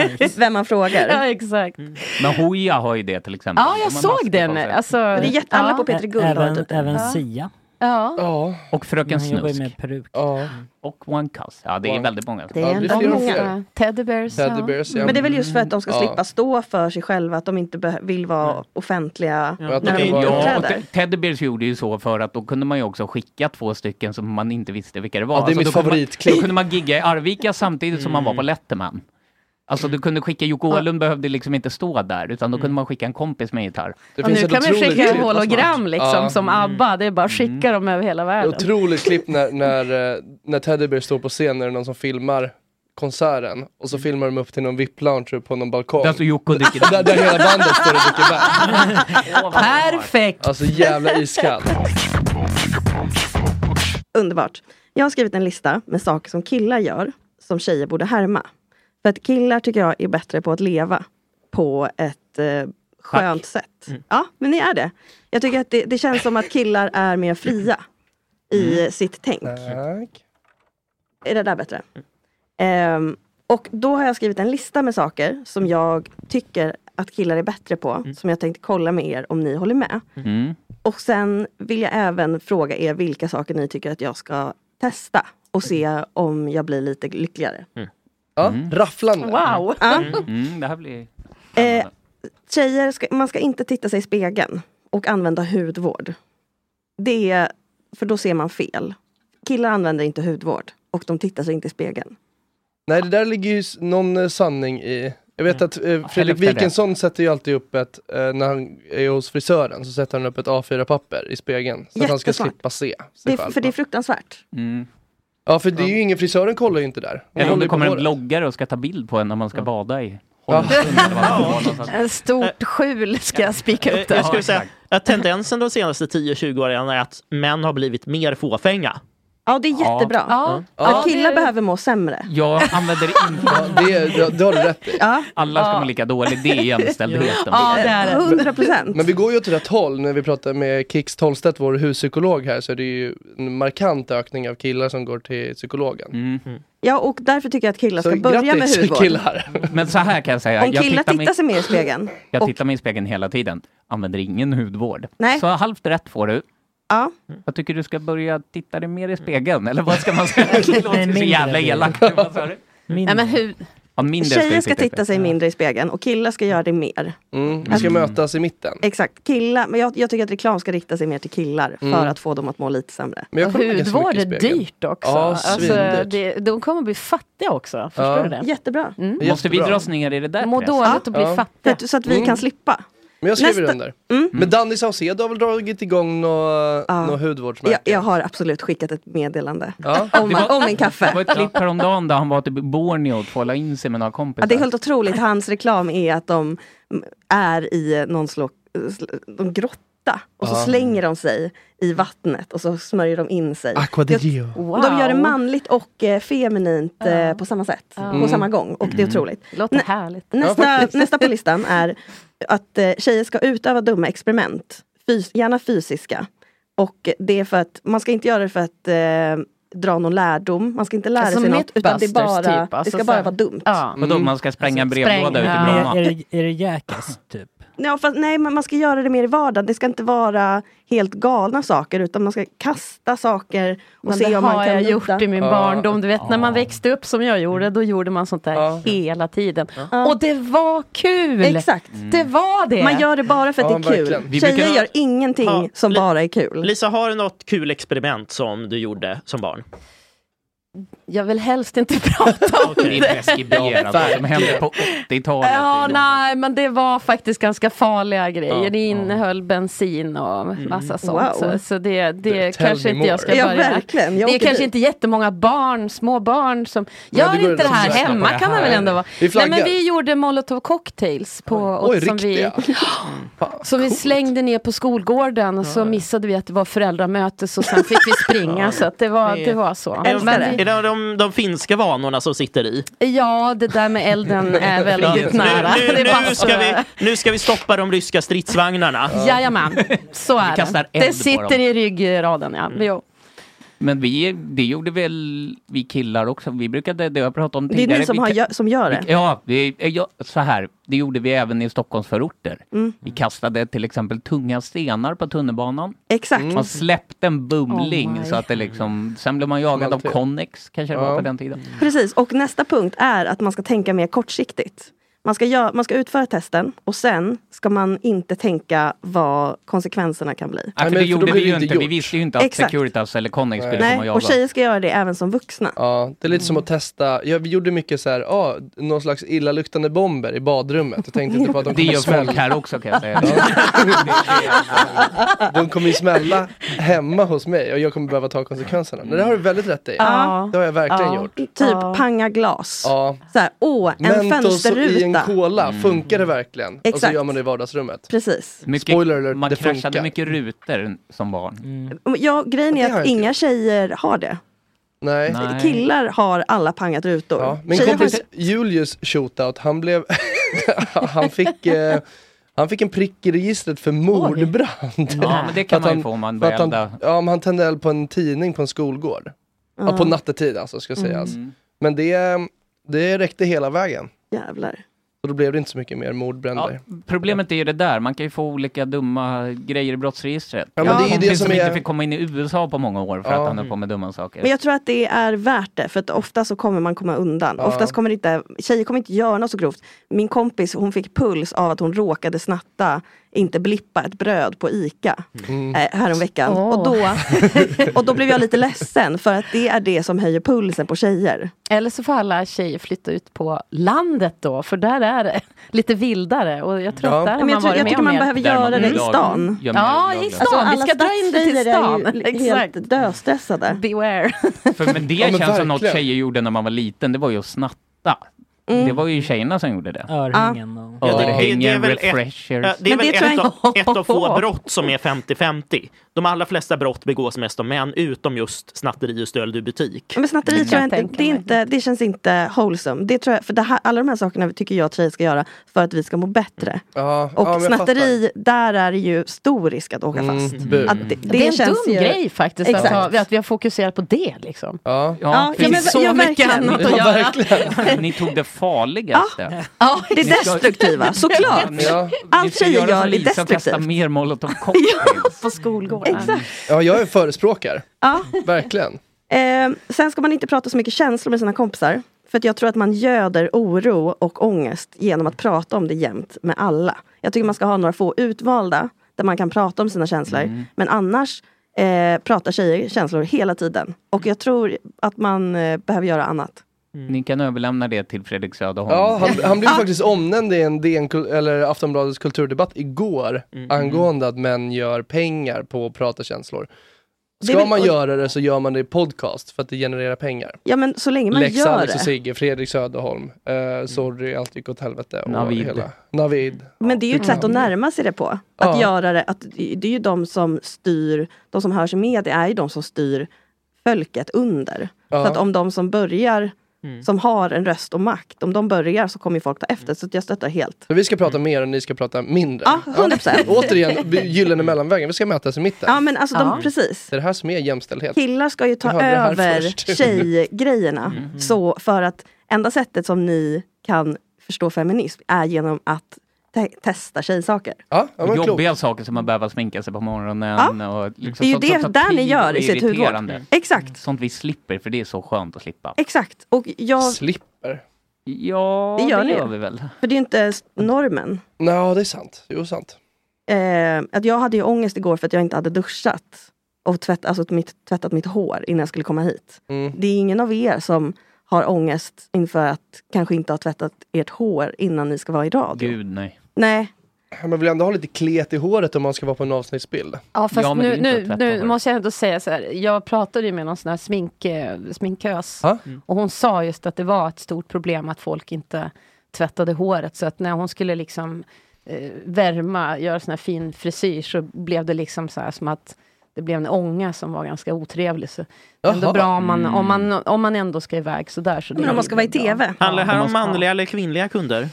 J: vill.
G: Vem man frågar.
J: Ja, exakt.
E: Men Hooja har ju det till exempel.
J: Ja,
E: De har
J: jag såg
E: masker på
J: den.
E: sig.
J: Alltså, ja.
F: Även,
G: typ.
F: även
J: typ Ja.
F: Sia.
J: Ja.
E: Och Fröken
F: Han jobbar ju
E: Snusk.
F: med peruk. Mm.
E: Och One Cuss. Ja, det är väldigt många.
G: Det är Ja, det ändå blir många. fler.
J: Teddy Bears.
E: Mm. Teddy Bears, ja.
G: Men det är väl just för att de ska
E: Mm.
G: slippa
E: Ja.
G: stå för sig själva, att de inte be- vill vara offentliga
E: Ja,
G: när de
E: och
G: uppträder.
E: Te- Teddy Bears gjorde ju så för att då kunde man ju också skicka två stycken som man inte visste vilka det var. Alltså,
C: Ja, det är mitt
E: då kunde man-
C: favoritklipp. Mm.
E: Då kunde man gigga i Arvika samtidigt som man var på Letterman. Alltså du kunde skicka, Jocke Åhlund behövde liksom inte stå där utan då kunde man skicka en kompis med en gitarr.
J: Och nu kan man skicka hologram liksom,
C: Ja. Mm.
J: som ABBA. Det är bara att skicka dem över hela världen.
C: Otroligt klipp när, när, eh, när Teddy Bear står på scen när det är någon som filmar konserten och
G: Mm.
C: så filmar de upp till någon VIP-lounge på någon balkong.
E: Där står Jocke och dricker
C: där, där hela bandet står och dricker bärs.
K: Perfekt!
C: Alltså jävla iskall.
G: Underbart. Jag har skrivit en lista med saker som killar gör som tjejer borde härma. För att killar tycker jag är bättre på att leva på ett eh, skönt sätt. Ja, men ni är det. Jag tycker att det, det känns som att killar är mer fria i sitt tänk. Är det där bättre? Ehm, och då har jag skrivit en lista med saker som jag tycker att killar är bättre på. Som jag tänkte kolla med er om ni håller med.
E: Mm.
G: Och sen vill jag även fråga er vilka saker ni tycker att jag ska testa och se om jag blir lite lyckligare.
C: Ja, rafflande.
G: Wow. Ja.
E: Mm, det här blir...
G: Eh, tjejer, ska, man ska inte titta sig i spegeln och använda hudvård. Det är, för då ser man fel. Killar använder inte hudvård och de tittar sig inte i spegeln.
C: Nej, det där ligger ju s- någon eh, sanning i. Jag
G: Mm.
C: vet att eh, Fredrik
E: hälften
C: Wikingsson sätter ju alltid upp ett, eh, när han är hos frisören, så sätter han upp ett A4-papper i spegeln. Så att han ska
G: Jättesmart.
C: slippa se. sig
G: Det är,
C: själv.
G: för det är fruktansvärt.
C: Ja, för det är ju ingen, frisören kollar ju inte där. Hon
E: Mm. Eller om
C: kollar
E: det
C: ju på
E: kommer en
C: håret.
E: bloggare och ska ta bild på en när man ska bada i
C: Ja.
E: Holmsund eller vad det var någonstans.
K: Ett stort skjul ska jag spika upp
H: Eh, Jag
K: där.
H: skulle säga att tendensen de senaste 10-20 åren är att män har blivit mer fåfänga.
G: Ja, det är jättebra.
H: Ja.
G: Att killar behöver må sämre.
E: Jag använder inte...
C: det, har du rätt i.
E: Alla ska
G: Ja.
E: vara lika dåliga, det är jämställdheten.
G: Ja, det är det. 100%.
C: Men vi går ju åt rätt håll. När vi pratar med Kix Tolstedt, vår huspsykolog här, så är det ju en markant ökning av killar som går till psykologen.
E: Mm.
G: Ja, och därför tycker jag att killar ska
C: Så
G: börja
C: grattis,
G: med hudvård.
C: killar.
E: Men så här kan jag säga.
G: Om
E: jag
G: killar
E: mig-
G: tittar sig mer i spegeln.
E: Jag
G: och-
E: tittar mig i spegeln hela tiden. Använder ingen hudvård.
G: Nej.
E: Så halvt rätt får du.
G: Ja.
E: Jag tycker du ska börja titta dig mer i spegeln, eller vad ska man säga? Det låter ju så
G: mindre
E: jävla
G: blir det.
E: elakt. Vad sa du?
K: Nej, men hur...
E: Ja, mindre ska
G: Tjejer
E: ju
G: ska
E: titta i
G: titta sig mindre i spegeln och killar ska göra det mer.
C: Mm. Vi ska
G: Mm.
C: mötas i mitten.
G: Exakt, killar, men jag, jag tycker att reklam ska rikta sig mer till killar
C: Mm.
G: för att få dem att må lite sämre.
C: Men jag
G: Och
C: kollar ganska
G: hudvård
C: mycket i
G: är
C: spegeln.
G: dyrt också.
C: Ja,
G: Alltså,
C: svindyrt.
J: det, de kommer bli fattiga också. Förstår
C: Ja.
J: du det? Mm.
G: Jättebra.
E: spegeln. Mm. Måste vi dra oss ner i det där?
J: Må
E: träsket?
J: dåligt och bli
G: För
J: fattiga.
G: att, så att vi
C: Mm.
G: kan slippa.
C: Men jag skriver
G: Nästa- Mm.
C: under. Men Danny Saucedo har väl dragit igång något
G: Ja.
C: nå
G: Jag,
C: hudvårdsmärke?
G: jag har absolut skickat ett meddelande.
C: Ja.
G: Om, om min kaffe.
E: Det var ett klipp häromdagen där han var typ i Borneo och tvålade in sig med några
G: Ja,
E: kompisar.
G: det är helt otroligt. Hans reklam är att de mm, är i någon slå, sl- någon grotta och så
E: Ja.
G: slänger de sig i vattnet och så smörjer de in sig.
C: Aqua di Gio.
G: Och de gör det manligt och eh, feminint
J: Ah.
G: eh, på samma sätt. På
J: Mm.
G: samma gång. Och det är
J: Mm.
G: otroligt.
J: Låter härligt.
G: Nästa, nästa på listan är att eh, tjejer ska utöva dumma experiment. Fys- gärna fysiska. Och det är för att man ska inte göra det för att eh, dra någon lärdom. Man ska inte lära
J: Alltså
G: sig något. Utan det, är bara,
J: Mythbusters typ,
G: det
J: alltså
G: ska
J: så
G: bara
J: här.
G: vara dumt.
E: Mm. Vadå, man ska spränga en brevlåda ute i Bromma?
F: Är, är, det- är det Jackass typ?
G: Ja, fast, nej, men man ska göra det mer i vardagen. Det ska inte vara helt galna saker utan man ska kasta saker och
J: Men
G: se
J: det
G: om
J: har
G: man kan
J: jag gjort
G: rädda.
J: i min barndom. Du vet när man växte upp som jag gjorde, då gjorde man sånt där hela tiden. Och det var kul!
G: Exakt.
J: Det var det!
G: Man gör det bara för att det är kul. Tjejer gör ingenting som bara är kul.
H: Lisa, har du något kul experiment som du gjorde som barn?
J: Jag vill helst inte prata om
E: Det är preskriberat, vad som hände på 80-talet.
J: Ja, nej, men det var faktiskt ganska farliga grejer. det innehöll bensin och massa sånt.
G: Wow.
J: Så, så det, det
G: Mm. tell
J: kanske
G: me
J: inte jag
G: more.
J: ska
G: Ja,
J: börja.
G: verkligen. Jag
J: det är
G: åker
J: kanske
G: dit.
J: inte jättemånga barn, små barn som
G: Nej,
J: gör
G: det går
J: inte det
G: inte
J: här
G: att lyssna på
J: hemma
G: det
J: kan man
G: här.
J: väl ändå vara.
G: Vi
J: nej,
G: flaggar.
J: men vi gjorde molotov cocktails på och
G: Oj,
J: som vi, som vi slängde ner på skolgården och så missade vi att det var föräldramöte så sen fick vi springa så att det var, det var så.
H: Är, de,
J: Men
H: är det de, de finska vanorna som sitter i?
J: vi- ja, det där med elden är väldigt
H: Ja.
J: nära.
H: Nu,
J: Det
H: nu,
J: är bara
H: nu,
J: så
H: ska
J: där.
H: vi, nu ska vi stoppa de ryska stridsvagnarna.
J: Jajamän, så är
E: kastar
J: det.
E: eld på
J: Det sitter
E: dem.
J: i ryggraden. Ja.
G: Mm.
J: Jo.
E: Men vi, det gjorde väl vi killar också. Vi brukade, det har jag pratat om
G: Det är
E: tidigare.
G: ni som,
E: vi,
G: har,
E: ka-
G: gö- som gör det.
E: vi, Ja, vi, ja, så här. Det gjorde vi även i Stockholmsförorter.
G: Mm.
E: Vi kastade till exempel tunga stenar på tunnelbanan.
G: Exakt.
E: Mm. Man släppte en bumling
G: Oh my.
E: så att det liksom, sen blev man jagad av Connex kanske det var
G: Ja.
E: på den tiden.
G: Precis, och nästa punkt är att man ska tänka mer kortsiktigt. Man ska, göra, man ska utföra testen och sen ska man inte tänka vad konsekvenserna kan bli.
E: Ja, Äh, för det gjorde vi ju inte. Vi visste ju inte att
G: Exakt.
E: Securitas eller Connex skulle komma och
G: Nej,
E: jaga
G: och
E: oss.
G: tjejer ska göra det även som vuxna. Mm.
C: Ja, det är lite som att testa, jag gjorde mycket så här, ja, någon slags illaluktande bomber i badrummet. Jag tänkte inte på att de
E: Det
C: kommer
E: gör
C: smälla.
E: folk här också kan jag säga.
C: Ja. De kommer ju smälla hemma hos mig och jag kommer behöva ta konsekvenserna. Men det har du väldigt rätt i.
G: Ja.
C: Det har jag verkligen
G: Ja.
C: gjort.
G: Typ panga glas.
C: Ja.
G: Så här, åh, en
C: Mentos och i en
G: fönsterruta.
C: cola,
E: Mm.
C: funkar det verkligen? Och så
G: Exakt.
C: gör man det i vardagsrummet.
G: Precis.
E: Mycket, man
C: det
E: kraschade
C: funkar.
E: mycket rutor som barn.
G: Ja, grejen
C: Det har
G: är
C: jag
G: att
C: inte
G: inga tjejer har det.
C: Nej.
G: Killar har alla pangat rutor.
C: Ja, min
G: Tjejer
C: kompis
G: har-
C: Julius shootout, han blev... han, fick, eh, han fick en prick i registret för mordbrand.
E: Ja, men det kan
C: För att
E: man ju
C: han-
E: få om man
C: för att
E: börjar
C: han, Ja, men han tände eld på en tidning på en skolgård. Ja, på
G: Ja.
C: nattetid alltså, ska sägas.
G: Mm.
C: Men det, det räckte hela vägen.
G: Jävlar.
C: Och då blev det inte så mycket mer mordbränder.
E: Problemet är ju det där, man kan ju få olika dumma grejer i brottsregistret.
C: Ja,
E: Ja,
C: men
E: men
C: det är ju det
E: som,
C: som är-
E: inte fick komma in i USA på många år för
C: Ja.
E: att han höll på med dumma saker.
G: Men jag tror att det är värt det för att ofta så kommer man komma undan.
E: Ja.
G: Oftast kommer det inte, tjejer kommer inte göra något så grovt. Min kompis hon fick puls av att hon råkade snatta, inte blippa, ett bröd på ICA
C: Mm.
G: eh, häromveckan.
J: Åh.
G: Och, då, och då blev jag lite ledsen för att det är det som höjer pulsen på tjejer.
J: Eller så får alla tjejer flytta ut på landet då, för där är det lite vildare. Och jag tror
G: Ja.
J: att där
G: Men
J: har
G: jag
J: man
G: tror-
J: varit
G: jag
J: med
G: tycker
J: om
G: man
J: mer.
G: behöver Där göra man det i idag stan. gör mer
J: Ja,
G: lagliga.
J: i stan. Vi
G: Alltså,
J: ska
G: alla
J: dra in det till
G: stadstjejer är ju
J: stan.
G: helt döstressade.
J: Beware.
E: För, men det
J: Ja, men
E: känns som något
J: verkligen.
E: tjejer gjorde när man var liten, det var ju att snatta.
G: Mm.
E: Det var ju tjejerna som gjorde det.
F: Örhängen
E: och...
H: Ja, det- det- det är
E: Örhängen,
H: väl ett-
E: refreshers.
H: ja, Det är väl ett, av, ett av få brott som är 50-50. De allra flesta brott begås mest av män, utom just snatteri och stöld ur butik.
G: Men snatteri
H: Mm.
G: tror jag
H: Jag
G: inte, det, är inte, det känns inte wholesome. Det tror jag, för det här, alla de här sakerna tycker jag att tjejer ska göra för att vi ska må bättre.
C: Mm. Ja,
G: Och
C: ja, men jag fattar.
G: snatteri, där är det ju stor risk att åka
C: Mm,
G: fast.
C: bu.
G: Att det,
J: Det, är en dum
G: ju-
J: grej faktiskt, att,
G: Exakt.
J: ha, att vi har fokuserat på det liksom.
C: Ja,
G: Ja,
E: finns
G: ja, men-
E: så
G: ja,
E: mycket
G: verkligen.
E: annat
G: Ja,
E: att göra. Ni tog det farligaste.
G: Ja, det destruktiva, såklart. Allt tjejer gör är
E: Kasta
G: destruktivt.
E: mer molotov cocktails.
J: på skolgården.
C: Ja, jag är förespråkare.
G: Ja.
C: Verkligen.
G: Eh, sen ska man inte prata så mycket känslor med sina kompisar. För att jag tror att man göder oro och ångest genom att prata om det jämt med alla. Jag tycker man ska ha några få utvalda där man kan prata om sina känslor. Men annars eh, pratar tjejer känslor hela tiden. Och jag tror att man eh, behöver göra annat.
E: Ni kan överlämna det till Fredrik Söderholm.
C: Ja, han, han blev faktiskt omnämnd i en DN, kul- eller Aftonbladets kulturdebatt
E: Mm,
C: igår angående att män gör pengar på att prata känslor.
G: Det är
C: Ska
G: väl-
C: man
G: och-
C: göra det så gör man det i podcast för att det genererar pengar.
G: Ja men så länge man
C: Lex
G: gör
C: Alex och
G: det.
C: Sigge, Fredrik Söderholm, eh, sorry allt gick åt helvete. och
E: Mm. Navid.
C: hela- Navid.
G: Men det är ju ett sätt
C: Mm.
G: att närma sig det på. Att
C: Ja.
G: göra det, att det är ju de som styr, de som hörs i media är ju de som styr folket under.
C: Ja.
G: Så att om de som börjar,
C: Mm.
G: som har en röst och makt, om de börjar så kommer ju folk ta efter. Så att jag stöttar helt.
C: Så vi ska prata mer och ni ska prata mindre.
G: Ja, 100%.
C: Återigen, by- gyllene mellanvägen, vi ska mötas i mitten.
G: Ja, men alltså de- Ja. precis.
C: Det är det här som är jämställdhet.
G: Killar ska ju
C: Jag
G: ta
C: hörde det här
G: över
C: först. Mm.
G: tjejgrejerna. Så för att enda sättet som ni kan förstå feminism är genom att te- testa tjejsaker.
E: Och jobbiga saker som att behöva sminka sig på morgonen. Och liksom
G: Det är ju
E: sånt
G: det
E: som tar
G: där ni
E: tid
G: gör
E: och
G: i sitt huvudvård.
E: irriterande.
G: Mm. Exakt.
E: Sånt vi slipper, för det är så skönt att slippa.
G: Exakt. Och jag,
C: Slipper?
E: Ja,
G: Det gör
E: det
G: ni
E: gör
G: ju.
E: vi väl.
G: för det är ju inte s- normen.
C: Ja, det är sant. Jo, sant.
G: eh, att jag hade ju ångest igår för att jag inte hade duschat och tvätt, alltså mitt, tvättat mitt hår innan jag skulle komma hit.
C: Mm.
G: Det är ingen av er som har ångest inför att kanske inte ha tvättat ert hår innan ni ska vara i radio.
E: Gud, nej.
G: Nej.
C: Man vill ändå ha lite klet i håret om man ska vara på en avsnittsbild.
J: Ja fast nu, nu, nu måste jag ändå säga så här. Jag pratade ju med någon sån här smink, eh, sminkös. Och hon sa just att det var ett stort problem att folk inte tvättade håret. Så att när hon skulle liksom eh, värma, göra sån här fin frisyr så blev det liksom så här som att det blev en ånga som var ganska otrevlig. Så det är ändå
H: Jaha.
J: bra om man, om, man,
H: Mm.
J: om man ändå ska iväg sådär. Så det
G: Men om
J: är
G: man ska vara i
J: bra.
G: TV?
H: Handlar det här
J: Ja.
H: om manliga eller kvinnliga kunder?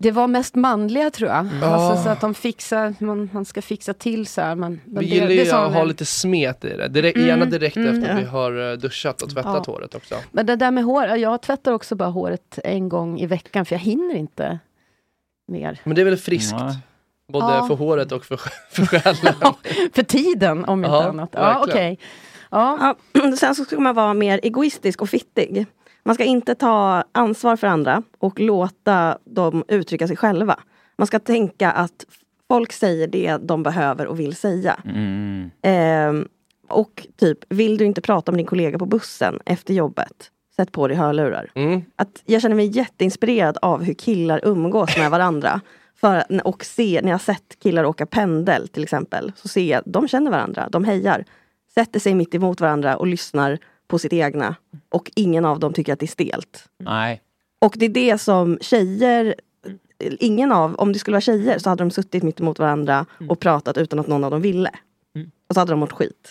J: Det var mest manliga tror jag.
C: Ja.
J: Alltså, så att de fixar, man, man ska fixa till så här. Men, men
C: Vi gillar
J: det,
C: ju
J: det sa
C: att
J: hon
C: ha
J: väl.
C: lite smet i det. Direkt,
J: Mm,
C: Gärna direkt
J: mm,
C: efter
J: ja.
C: vi har eh, duschat och tvättat
J: Ja.
C: håret också.
J: Men det där med hår, jag tvättar också bara håret en gång i veckan för jag hinner inte mer.
C: Men det är väl friskt? Både
J: Ja.
C: för håret och för, för själen.
J: För tiden om inte
C: Ja,
J: annat. Ja,
C: verkligen.
J: okej. Ja.
G: Sen så ska man vara mer egoistisk och fittig. Man ska inte ta ansvar för andra och låta dem uttrycka sig själva. Man ska tänka att folk säger det de behöver och vill säga.
E: Mm.
G: Ehm, och typ, vill du inte prata med din kollega på bussen efter jobbet, sätt på dig hörlurar. Att jag känner mig jätteinspirerad av hur killar umgås med varandra. För, att- och se, när jag sett killar åka pendel till exempel, så ser jag att de känner varandra, de hejar. Sätter sig mitt emot varandra och lyssnar på sitt egna. Och ingen av dem tycker att det är stelt.
E: Nej.
G: Och det är det som tjejer, ingen av, om det skulle vara tjejer så hade de suttit mitt emot varandra
J: Mm.
G: och pratat utan att någon av dem ville. Och så hade de mått skit.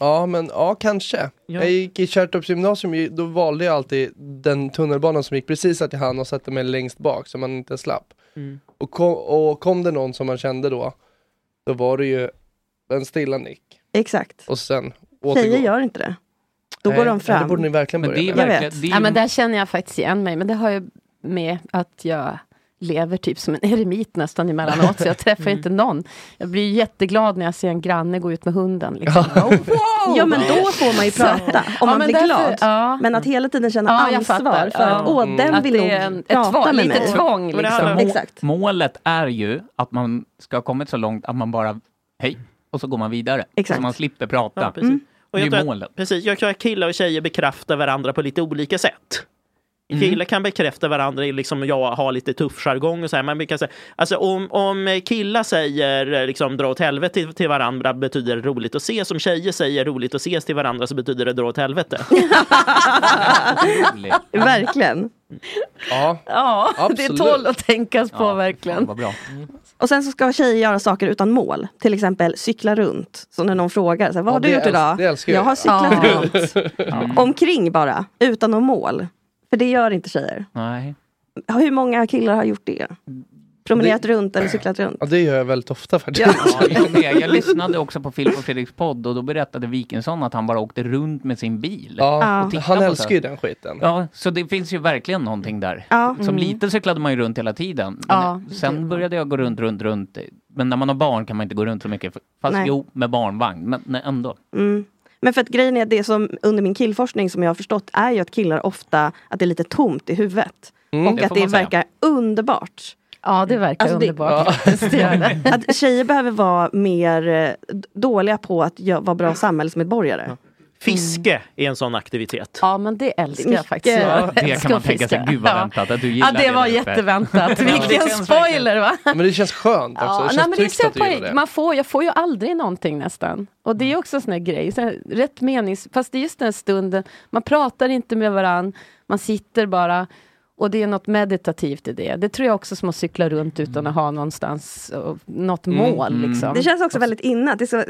C: Ja, men ja, kanske. Jag gick i Kärrtorps gymnasium, ju- då valde jag alltid den tunnelbanan som gick precis att jag hann och satte mig längst bak så man inte slapp.
M: Mm.
C: Och kom, och kom det någon som man kände då, då var det ju en stilla nick.
G: Exakt.
C: Och sen
G: Tjejer gör inte det. Då går de fram.
C: Det borde ni verkligen
G: Men
C: börja
G: det är
C: med.
G: verkligen- Jag vet. det är
J: Ja,
G: ju-
J: men där känner jag faktiskt igen mig. Men det har ju med att jag lever typ som en eremit nästan emellanåt. Så jag träffar inte någon. Jag blir jätteglad när jag ser en granne gå ut med hunden. Liksom. wow!
G: Ja men då får man ju
J: Så-
G: prata.
J: Ja,
G: Om man
J: men
G: blir
J: därför-
G: glad.
J: ja.
G: Men att hela tiden känna
J: Ja, jag
G: ansvar
J: fattar.
G: för att
J: Ja. Mm.
G: åh den
J: Att
G: vill
J: det
G: nog
J: är en- ett
G: prata
J: tvång,
G: med
J: lite
G: mig.
J: tvång, Men det liksom. handlar-
E: Må-
G: Exakt.
E: Målet är ju att man ska ha kommit så långt att man bara, hej, och så går man vidare. Så man slipper prata.
H: Ja, precis.
G: Mm.
H: Och
E: Det
H: jag,
E: är
H: tror
E: målet.
H: att, precis, jag tror att killar och tjejer bekräftar varandra på lite olika sätt.
E: Mm.
H: Killar kan bekräfta varandra, i liksom jag har lite tuff jargong och så här. Man brukar säga, alltså om, om killar säger eh, liksom dra åt helvete till, till varandra betyder det roligt att ses. Om tjejer säger roligt att ses till varandra så betyder det dra åt helvete.
G: Verkligen.
C: Ja,
J: Ja,
G: Absolut.
J: det tål att tänkas på
G: Ja,
J: verkligen.
G: Och sen så ska tjejer göra saker utan mål. Till exempel cykla runt. Så när någon frågar, så här, vad har du
C: det
G: gjort
C: äls-
G: idag?
C: det älskar
G: jag
C: jag.
G: har cyklat
C: Ja.
G: runt.
E: Mm.
G: Omkring bara, utan något mål. För det gör inte tjejer.
E: Nej.
G: Hur många killar har gjort det? Promenerat
C: Det-
G: runt eller cyklat runt?
C: Ja, det gör jag väldigt ofta faktiskt.
E: Ja, jag, med. jag lyssnade också på Filip och Fredriks podd och då berättade Wikingsson att han bara åkte runt med sin bil.
C: Ja,
E: och tittade
C: han
E: på
C: älskar ju
E: det.
C: den skiten.
E: Ja, så det finns ju verkligen någonting där.
G: Ja.
E: Som
G: Mm.
E: lite cyklade man ju runt hela tiden. Men
G: Ja.
E: Sen började jag gå runt, runt, runt. Men när man har barn kan man inte gå runt så mycket. Fast
G: Nej.
E: jo, med barnvagn, men nej, ändå.
G: Mm. Men för att grejen är det som under min killforskning som jag har förstått är ju att killar ofta att det är lite tomt i huvudet.
E: Mm.
G: Och
E: Det
G: att
E: får
G: det
E: man säga.
G: verkar underbart.
J: Ja, det verkar
G: Alltså, det-
J: underbart.
G: Att tjejer behöver vara mer eh, d- dåliga på att gö- vara bra samhällsmedborgare.
H: Fiske är en sån aktivitet.
J: Ja, men det älskar jag
G: Mycket.
J: faktiskt.
G: Ja,
J: Jag
H: det
J: älskar
H: kan man
J: att
H: tänka sig.
J: fiska.
H: Gud, vad
J: Ja.
H: väntat att du
J: Ja,
H: gillar
J: det
H: det
J: var
H: där uppe. Ja.
J: jätteväntat.
H: Det
J: Vilken
H: känns
J: spoiler va?
C: Men det känns skönt också.
J: Ja,
C: det känns
J: nej, men det är
C: tryggt
J: så
C: att du gillar
J: poäng.
C: det.
J: Man får, jag får ju aldrig någonting nästan. Och det är också en sån här grej. Så här, rätt menings... Fast det är just den här stunden, man pratar inte med varann, man sitter bara. Och det är något meditativt i det. Det tror jag också som att cykla runt utan att ha någonstans, och något
G: Mm,
J: mål.
E: Mm.
J: Liksom.
G: Det känns också väldigt inne. att Det är så,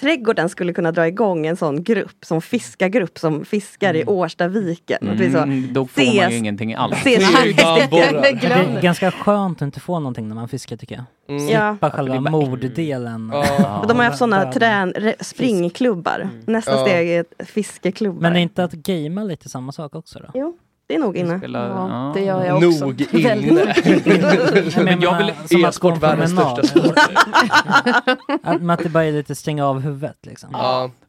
G: trädgården skulle kunna dra igång en sån grupp, som fiskargrupp som fiskar i Årstaviken. Mm. Det är så,
E: Mm, då får man ju ingenting alls.
G: ses-
F: Det är ganska skönt att inte få någonting när man fiskar tycker jag.
G: Mm. Ja.
F: Slippa
G: Ja,
F: själva morddelen.
G: Och de har ju haft såna trän, re, springklubbar.
C: Mm.
G: Nästa
F: Ja.
G: steg är fiskeklubbar.
F: Men är inte att gamea lite samma sak också då?
G: Jo, det är nog inne.
F: spelar-
J: Ja, det gör jag också.
F: Nog inne.
J: Väldigt
F: Men jag menar, som att gå på promenad. Att, men att det bara är lite stänga av huvudet liksom.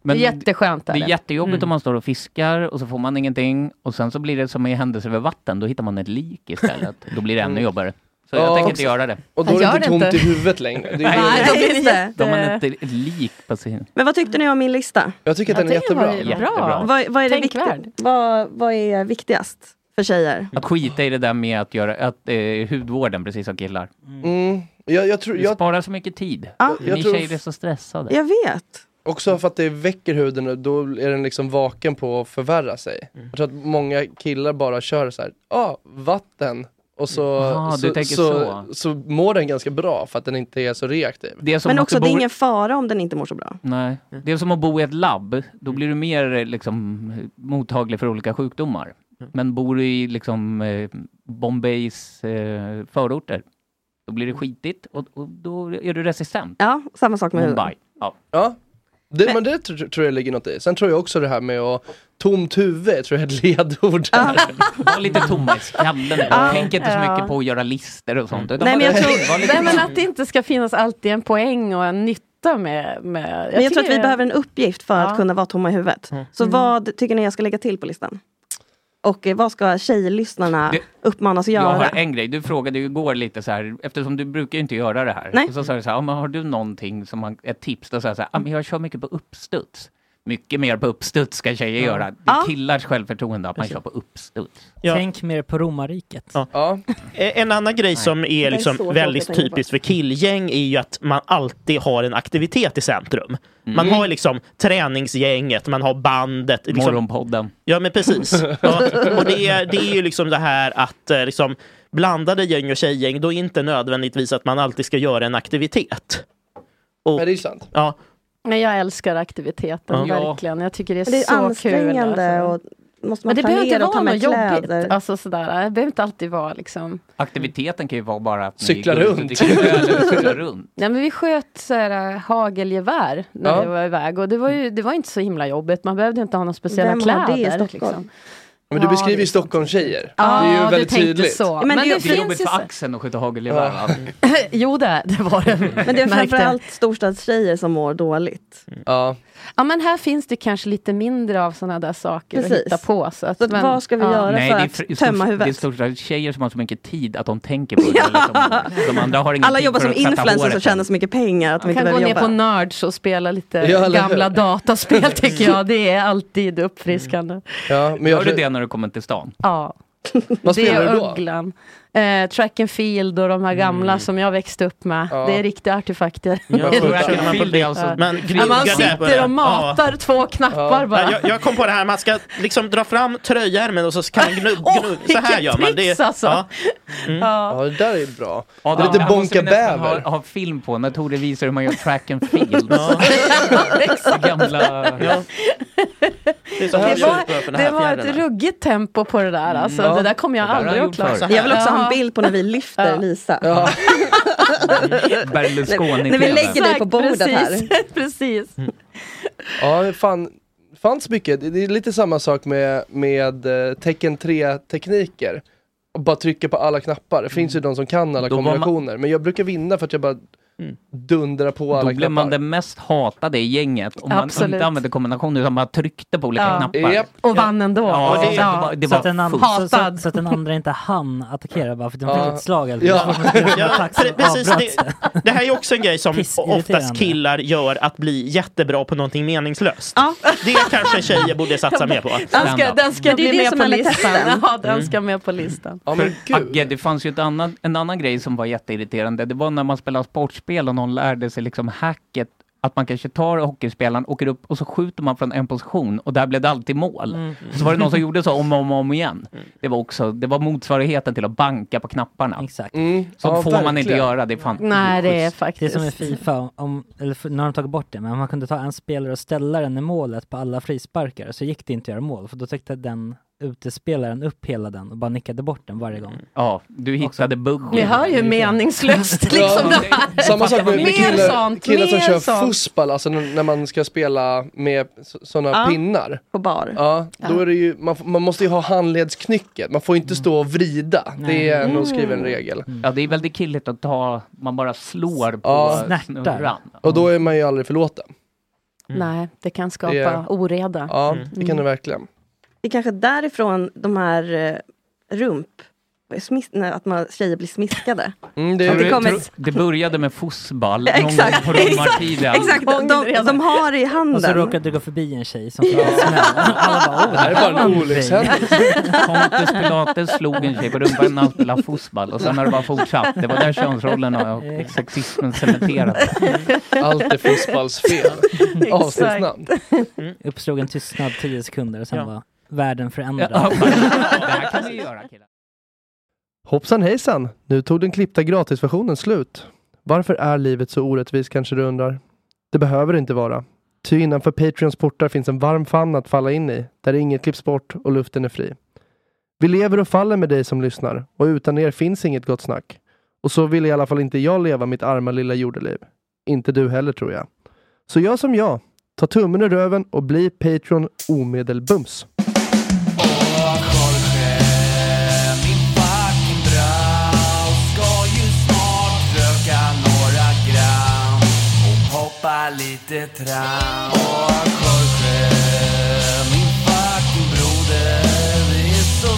E: Men
J: Jätteskönt är
E: Det är
J: det.
E: jättejobbigt
J: Mm.
E: om man står och fiskar och så får man ingenting och sen så blir det som i händelse över vatten, då hittar man ett lik istället. Då blir det ännu jobbigare. Så jag
C: Mm. Ja,
E: tänker
C: och-
E: inte göra det.
C: och då är det Jag gör inte det tomt inte. i huvudet längre. Det är-
G: Nej, då blir det
E: Då har man
G: jätte-
E: inte ett lik på sin...
G: Men vad tyckte ni om min lista?
C: Jag tycker att den är jättebra.
G: Vad, vad, är det
J: Tänkvärd.
G: viktigt, vad, vad är viktigast för tjejer?
E: Att skita i det där med att göra att, eh, hudvården, precis som killar.
C: Mm. Jag, jag tror,
E: Vi
C: jag,
E: sparar så mycket tid.
G: Ja.
E: Ni
C: Jag tror-
E: tjejer är så stressade.
G: Jag vet.
C: Också för att det väcker huden och då är den liksom vaken på att förvärra sig.
E: Mm.
C: Jag tror att många killar bara kör så här, ja, ah, vatten. Och så,
E: Ah, du
C: så,
E: tänker
C: så, så mår den ganska bra för att den inte är så reaktiv.
G: Men också, det är ingen fara om den inte mår så bra.
E: Nej. Det är som att bo i ett labb. Då
J: Mm.
E: blir du mer eh, liksom, mottaglig för olika sjukdomar. Men bor du i liksom, eh, Bombays eh, förorter, då blir det
J: Mm.
E: skitigt och, och då är du resistent.
G: Ja, samma sak
C: med
E: Mumbai.
C: huden.
E: Ja.
C: Ja, det, men, det tr- tr- tror jag ligger något i. Sen tror jag också det här med att tomt huvud tror jag är ett ledord. Här.
J: Ah.
E: Var lite tomma i skallen.
C: Ja.
E: Tänk inte så mycket
J: Ja. Mm.
E: på att göra listor och sånt. utan
J: Nej,
E: bara-
J: men jag
E: var
J: tror,
E: lite
J: nej, men
E: tomma.
J: att det inte ska finnas alltid en poäng och en nytta med... med
G: Men jag tror att vi
J: tycker-
G: behöver en uppgift för
J: Ja.
G: att kunna vara tomma i huvudet. Så
J: Mm.
G: vad tycker ni jag ska lägga till på listan? Och eh, vad ska tjejlyssnarna uppmanas att
E: Jag
G: göra?
E: har en grej, du frågade ju igår lite så här, eftersom du brukar ju inte göra det här.
G: Nej.
E: Och så sa du så här, ja, men har du någonting som man, ett tips? Då sa jag så här, ja, men jag kör mycket på uppstuds. Mycket mer på uppstuds ska tjejer
F: Ja.
E: göra. Det
F: Ja.
E: är killars självförtroende att man kör på uppstuds.
F: Tänk mer på romarriket.
H: Eh, En annan grej som
F: Det är
H: är liksom
F: så
H: väldigt
F: tråkigt att tänka på.
H: typiskt för killgäng är ju att man alltid har en aktivitet i centrum. Man
E: Mm.
H: har liksom träningsgänget, man har bandet. Liksom...
E: Morgonpodden.
H: Ja men precis. Ja, och det är, det är ju liksom det här att eh, liksom, blandade gäng och tjejgäng, då är inte nödvändigtvis att man alltid ska göra en aktivitet. Och,
C: det är sant.
H: Ja,
J: Men jag älskar aktiviteten,
H: Ja.
J: verkligen. Jag tycker det är,
G: Men det är
J: så
G: ansträngande
J: kul. alltså.
G: och måste man
J: Men det behöver inte
G: planera och ta
J: vara
G: med
J: något
G: kläder.
J: jobbigt. Alltså, sådär. Det behöver inte alltid vara liksom...
E: Aktiviteten kan ju vara bara att ni
C: Cykla
E: går ut och
C: runt.
E: dricker öl eller cyklar runt.
J: Nej, men vi sköt så här, eh, hagelgevär när
C: Ja.
J: vi var iväg och det var, ju, det var inte så himla jobbigt. Man behövde inte ha några speciella
G: Vem
J: kläder.
G: har det i Stockholm?
J: Liksom.
C: Men du
J: Ja,
C: beskriver
J: det
C: ju Stockholmstjejer.
J: Ja,
C: det är ju
J: Ah, du
C: väldigt
J: tänkte
C: tydligt. Ah.
J: så. Men Men det det är finns
E: jobbigt ju för så- axeln att skjuta hagelgevär, va?
J: jo, det, det var det.
C: Mm.
G: Men det är
J: Märkte.
G: framförallt storstadstjejer som mår dåligt.
C: Ja.
J: Ja, men här finns det kanske lite mindre av sådana där saker att
G: Precis.
J: hitta på. Så att,
G: Så att
J: men,
G: vad ska vi
J: ja.
G: göra för att
E: fr-
G: tömma
E: stort-
G: huvudet?
E: Det är storstad tjejer som har så mycket tid att de tänker på det. Liksom, de andra har ingen
G: Alla
E: tid
G: jobbar
E: för
G: som
E: att tvätta
G: influencers och
E: håret
G: tjänar så mycket pengar att de inte
J: kan gå
G: behöver jobba.
J: ner på Nerds och spela lite
E: Ja, eller hur?
J: gamla dataspel tycker jag. Det är alltid uppfriskande.
C: Ja, men
E: Gör du det när du kommer till stan?
J: Ja.
E: Vad
J: det
E: spelar
J: är
E: du då?
J: Ugglan. Eh, track and field och de här gamla som jag växte upp med.
H: Ja.
J: Det är riktiga artefakter.
H: Ja, track and field är alltså-
J: Ja.
H: Man
J: Ja,
H: krigar
J: man
H: där på
J: sitter
H: det.
J: och matar två knappar bara.
H: Ja, jag, jag kom på det här, man ska liksom dra fram tröjärmen och så kan man gnu, gnu, så här
J: vilket
H: gör man.
J: tricks alltså.
H: ja.
C: Ja, det där är bra.
E: Mm. Ja,
C: Det är lite Bonka
E: Har,
C: Bäver.
E: har film på när Tore visar hur man gör track and field. Gamla...
H: Det,
J: Det var, det var ett ruggigt tempo på det där. Alltså.
G: Mm, ja.
J: Det där kommer jag
G: Det där har
J: aldrig
G: jag
J: att klara.
G: gjort förut. Jag vill också ha en bild på när vi lyfter Lisa.
E: Berlusconi.
G: När vi lägger dig på bordet
J: Exakt,
G: här.
J: precis, precis.
C: Ja, fan, fanns mycket. Det- Det är lite samma sak med, med eh, tecken 3-tekniker. Och Bara trycka på alla knappar. Det finns ju de som kan alla
E: Då var man-
C: kombinationer. Men jag brukar vinna för att jag bara dundrar på alla
E: Då blev man
C: knappar.
E: den mest hatade i gänget om man
J: Absolut.
E: inte använde kombinationer utan bara tryckte på olika
J: Ja.
E: knappar.
J: Japp. Och vann ändå.
E: Ja, det, det var, det
F: så, att den
E: var
F: andra,
E: fullt.
F: så, så, så att den andra inte hann attackera bara för att de
H: Ja.
F: fick ett slag. Eller
H: Ja.
F: ja.
H: Pre- Precis, det, det här är också en grej som oftast
F: Pissirriterande.
H: killar gör att bli jättebra på någonting meningslöst. Det är kanske tjejer borde satsa mer på.
J: Den ska, den ska
G: Men det är
J: bli
G: det
J: med
G: som
J: på
G: är med
J: listan.
G: testen.
J: Ja, den
E: Mm.
J: ska med på listan.
E: För, Agge, det fanns ju ett annan, en annan grej som var jätteirriterande. Det var när man spelade sportspel och någon lärde sig liksom hacket att man kanske tar hockeyspelaren, åker upp och så skjuter man från en position och där blev det alltid mål.
F: Mm.
E: Så var det någon som gjorde så om och om, och om igen. Det var också, det var motsvarigheten till att banka på knapparna.
F: Exakt.
C: Mm.
E: Sånt
F: Ja,
E: får man inte
F: verkligen.
E: göra, det är fan
J: Nej, det är
E: oschysst.
J: faktiskt...
F: Det är som i Fifa, om, eller för, nu har de tagit bort det, men om man kunde ta en spelare och ställa den i målet på alla frisparkar så gick det inte att göra mål, för då täckte den utespelaren upp hela den och bara nickade bort den varje gång.
E: Ja, du hittade buggen.
J: Ni hör ju hur meningslöst liksom det här.
C: Samma sak med,
J: Mer
C: med killar,
J: sånt,
C: killar som
J: mer
C: kör
J: sånt.
C: fotboll, alltså n- när man ska spela med sådana
G: Ja.
C: pinnar.
G: På bar.
C: Ja, då är det ju, man, f- man måste ju ha handledsknycket, man får inte stå och vrida. Det är
F: Mm.
C: en oskriven regel.
E: Ja, det är väldigt killigt att ta, man bara slår på
C: Ja.
E: snurran.
C: Och då är man ju aldrig förlåten.
J: Nej, det kan skapa
C: Det är-
J: oreda.
C: Ja, det kan det
J: Mm.
C: verkligen.
G: Det är kanske därifrån de här eh, rump... Smis, nej, att man, tjejer blir smiskade.
C: Mm, det,
G: Att det
E: Tror-
G: kommer-
E: tror- det började med fossball någon gång
G: Exakt,
E: på
G: exakt,
E: romartiden.
G: exakt. De, de, de har det i handen. Ah.
F: Och så råkade du gå förbi en tjej som fick en smäll. Alla bara, oh,
C: Det här är bara en
F: var
C: olyckshändelse.
E: Pontus Pilates slog en tjej på rumpan när han spelade fotboll och sen har det bara fortsatt. Det var där könsrollerna och sexismen cementerades.
C: Allt är fotbolls fel. Avsnittsnamn.
F: Mm. Uppstod en tystnad 10 sekunder och sen var världen förändrad.
E: Ja, det här kan vi göra killar.
C: Hoppsan hejsan! Nu tog den klippta gratisversionen slut. Varför är livet så orättvist kanske du undrar? Det behöver det inte vara. Ty innanför Patreons portar finns en varm famn att falla in i, där inget klipps bort och luften är fri. Vi lever och faller med dig som lyssnar och utan er finns inget gott snack. Och så vill i alla fall inte jag leva mitt arma lilla jordeliv. Inte du heller tror jag. Så gör som jag. Ta tummen ur röven och bli Patreon omedelbums.
M: Hoppa lite tram Och Jorge, min fucking broder Det är så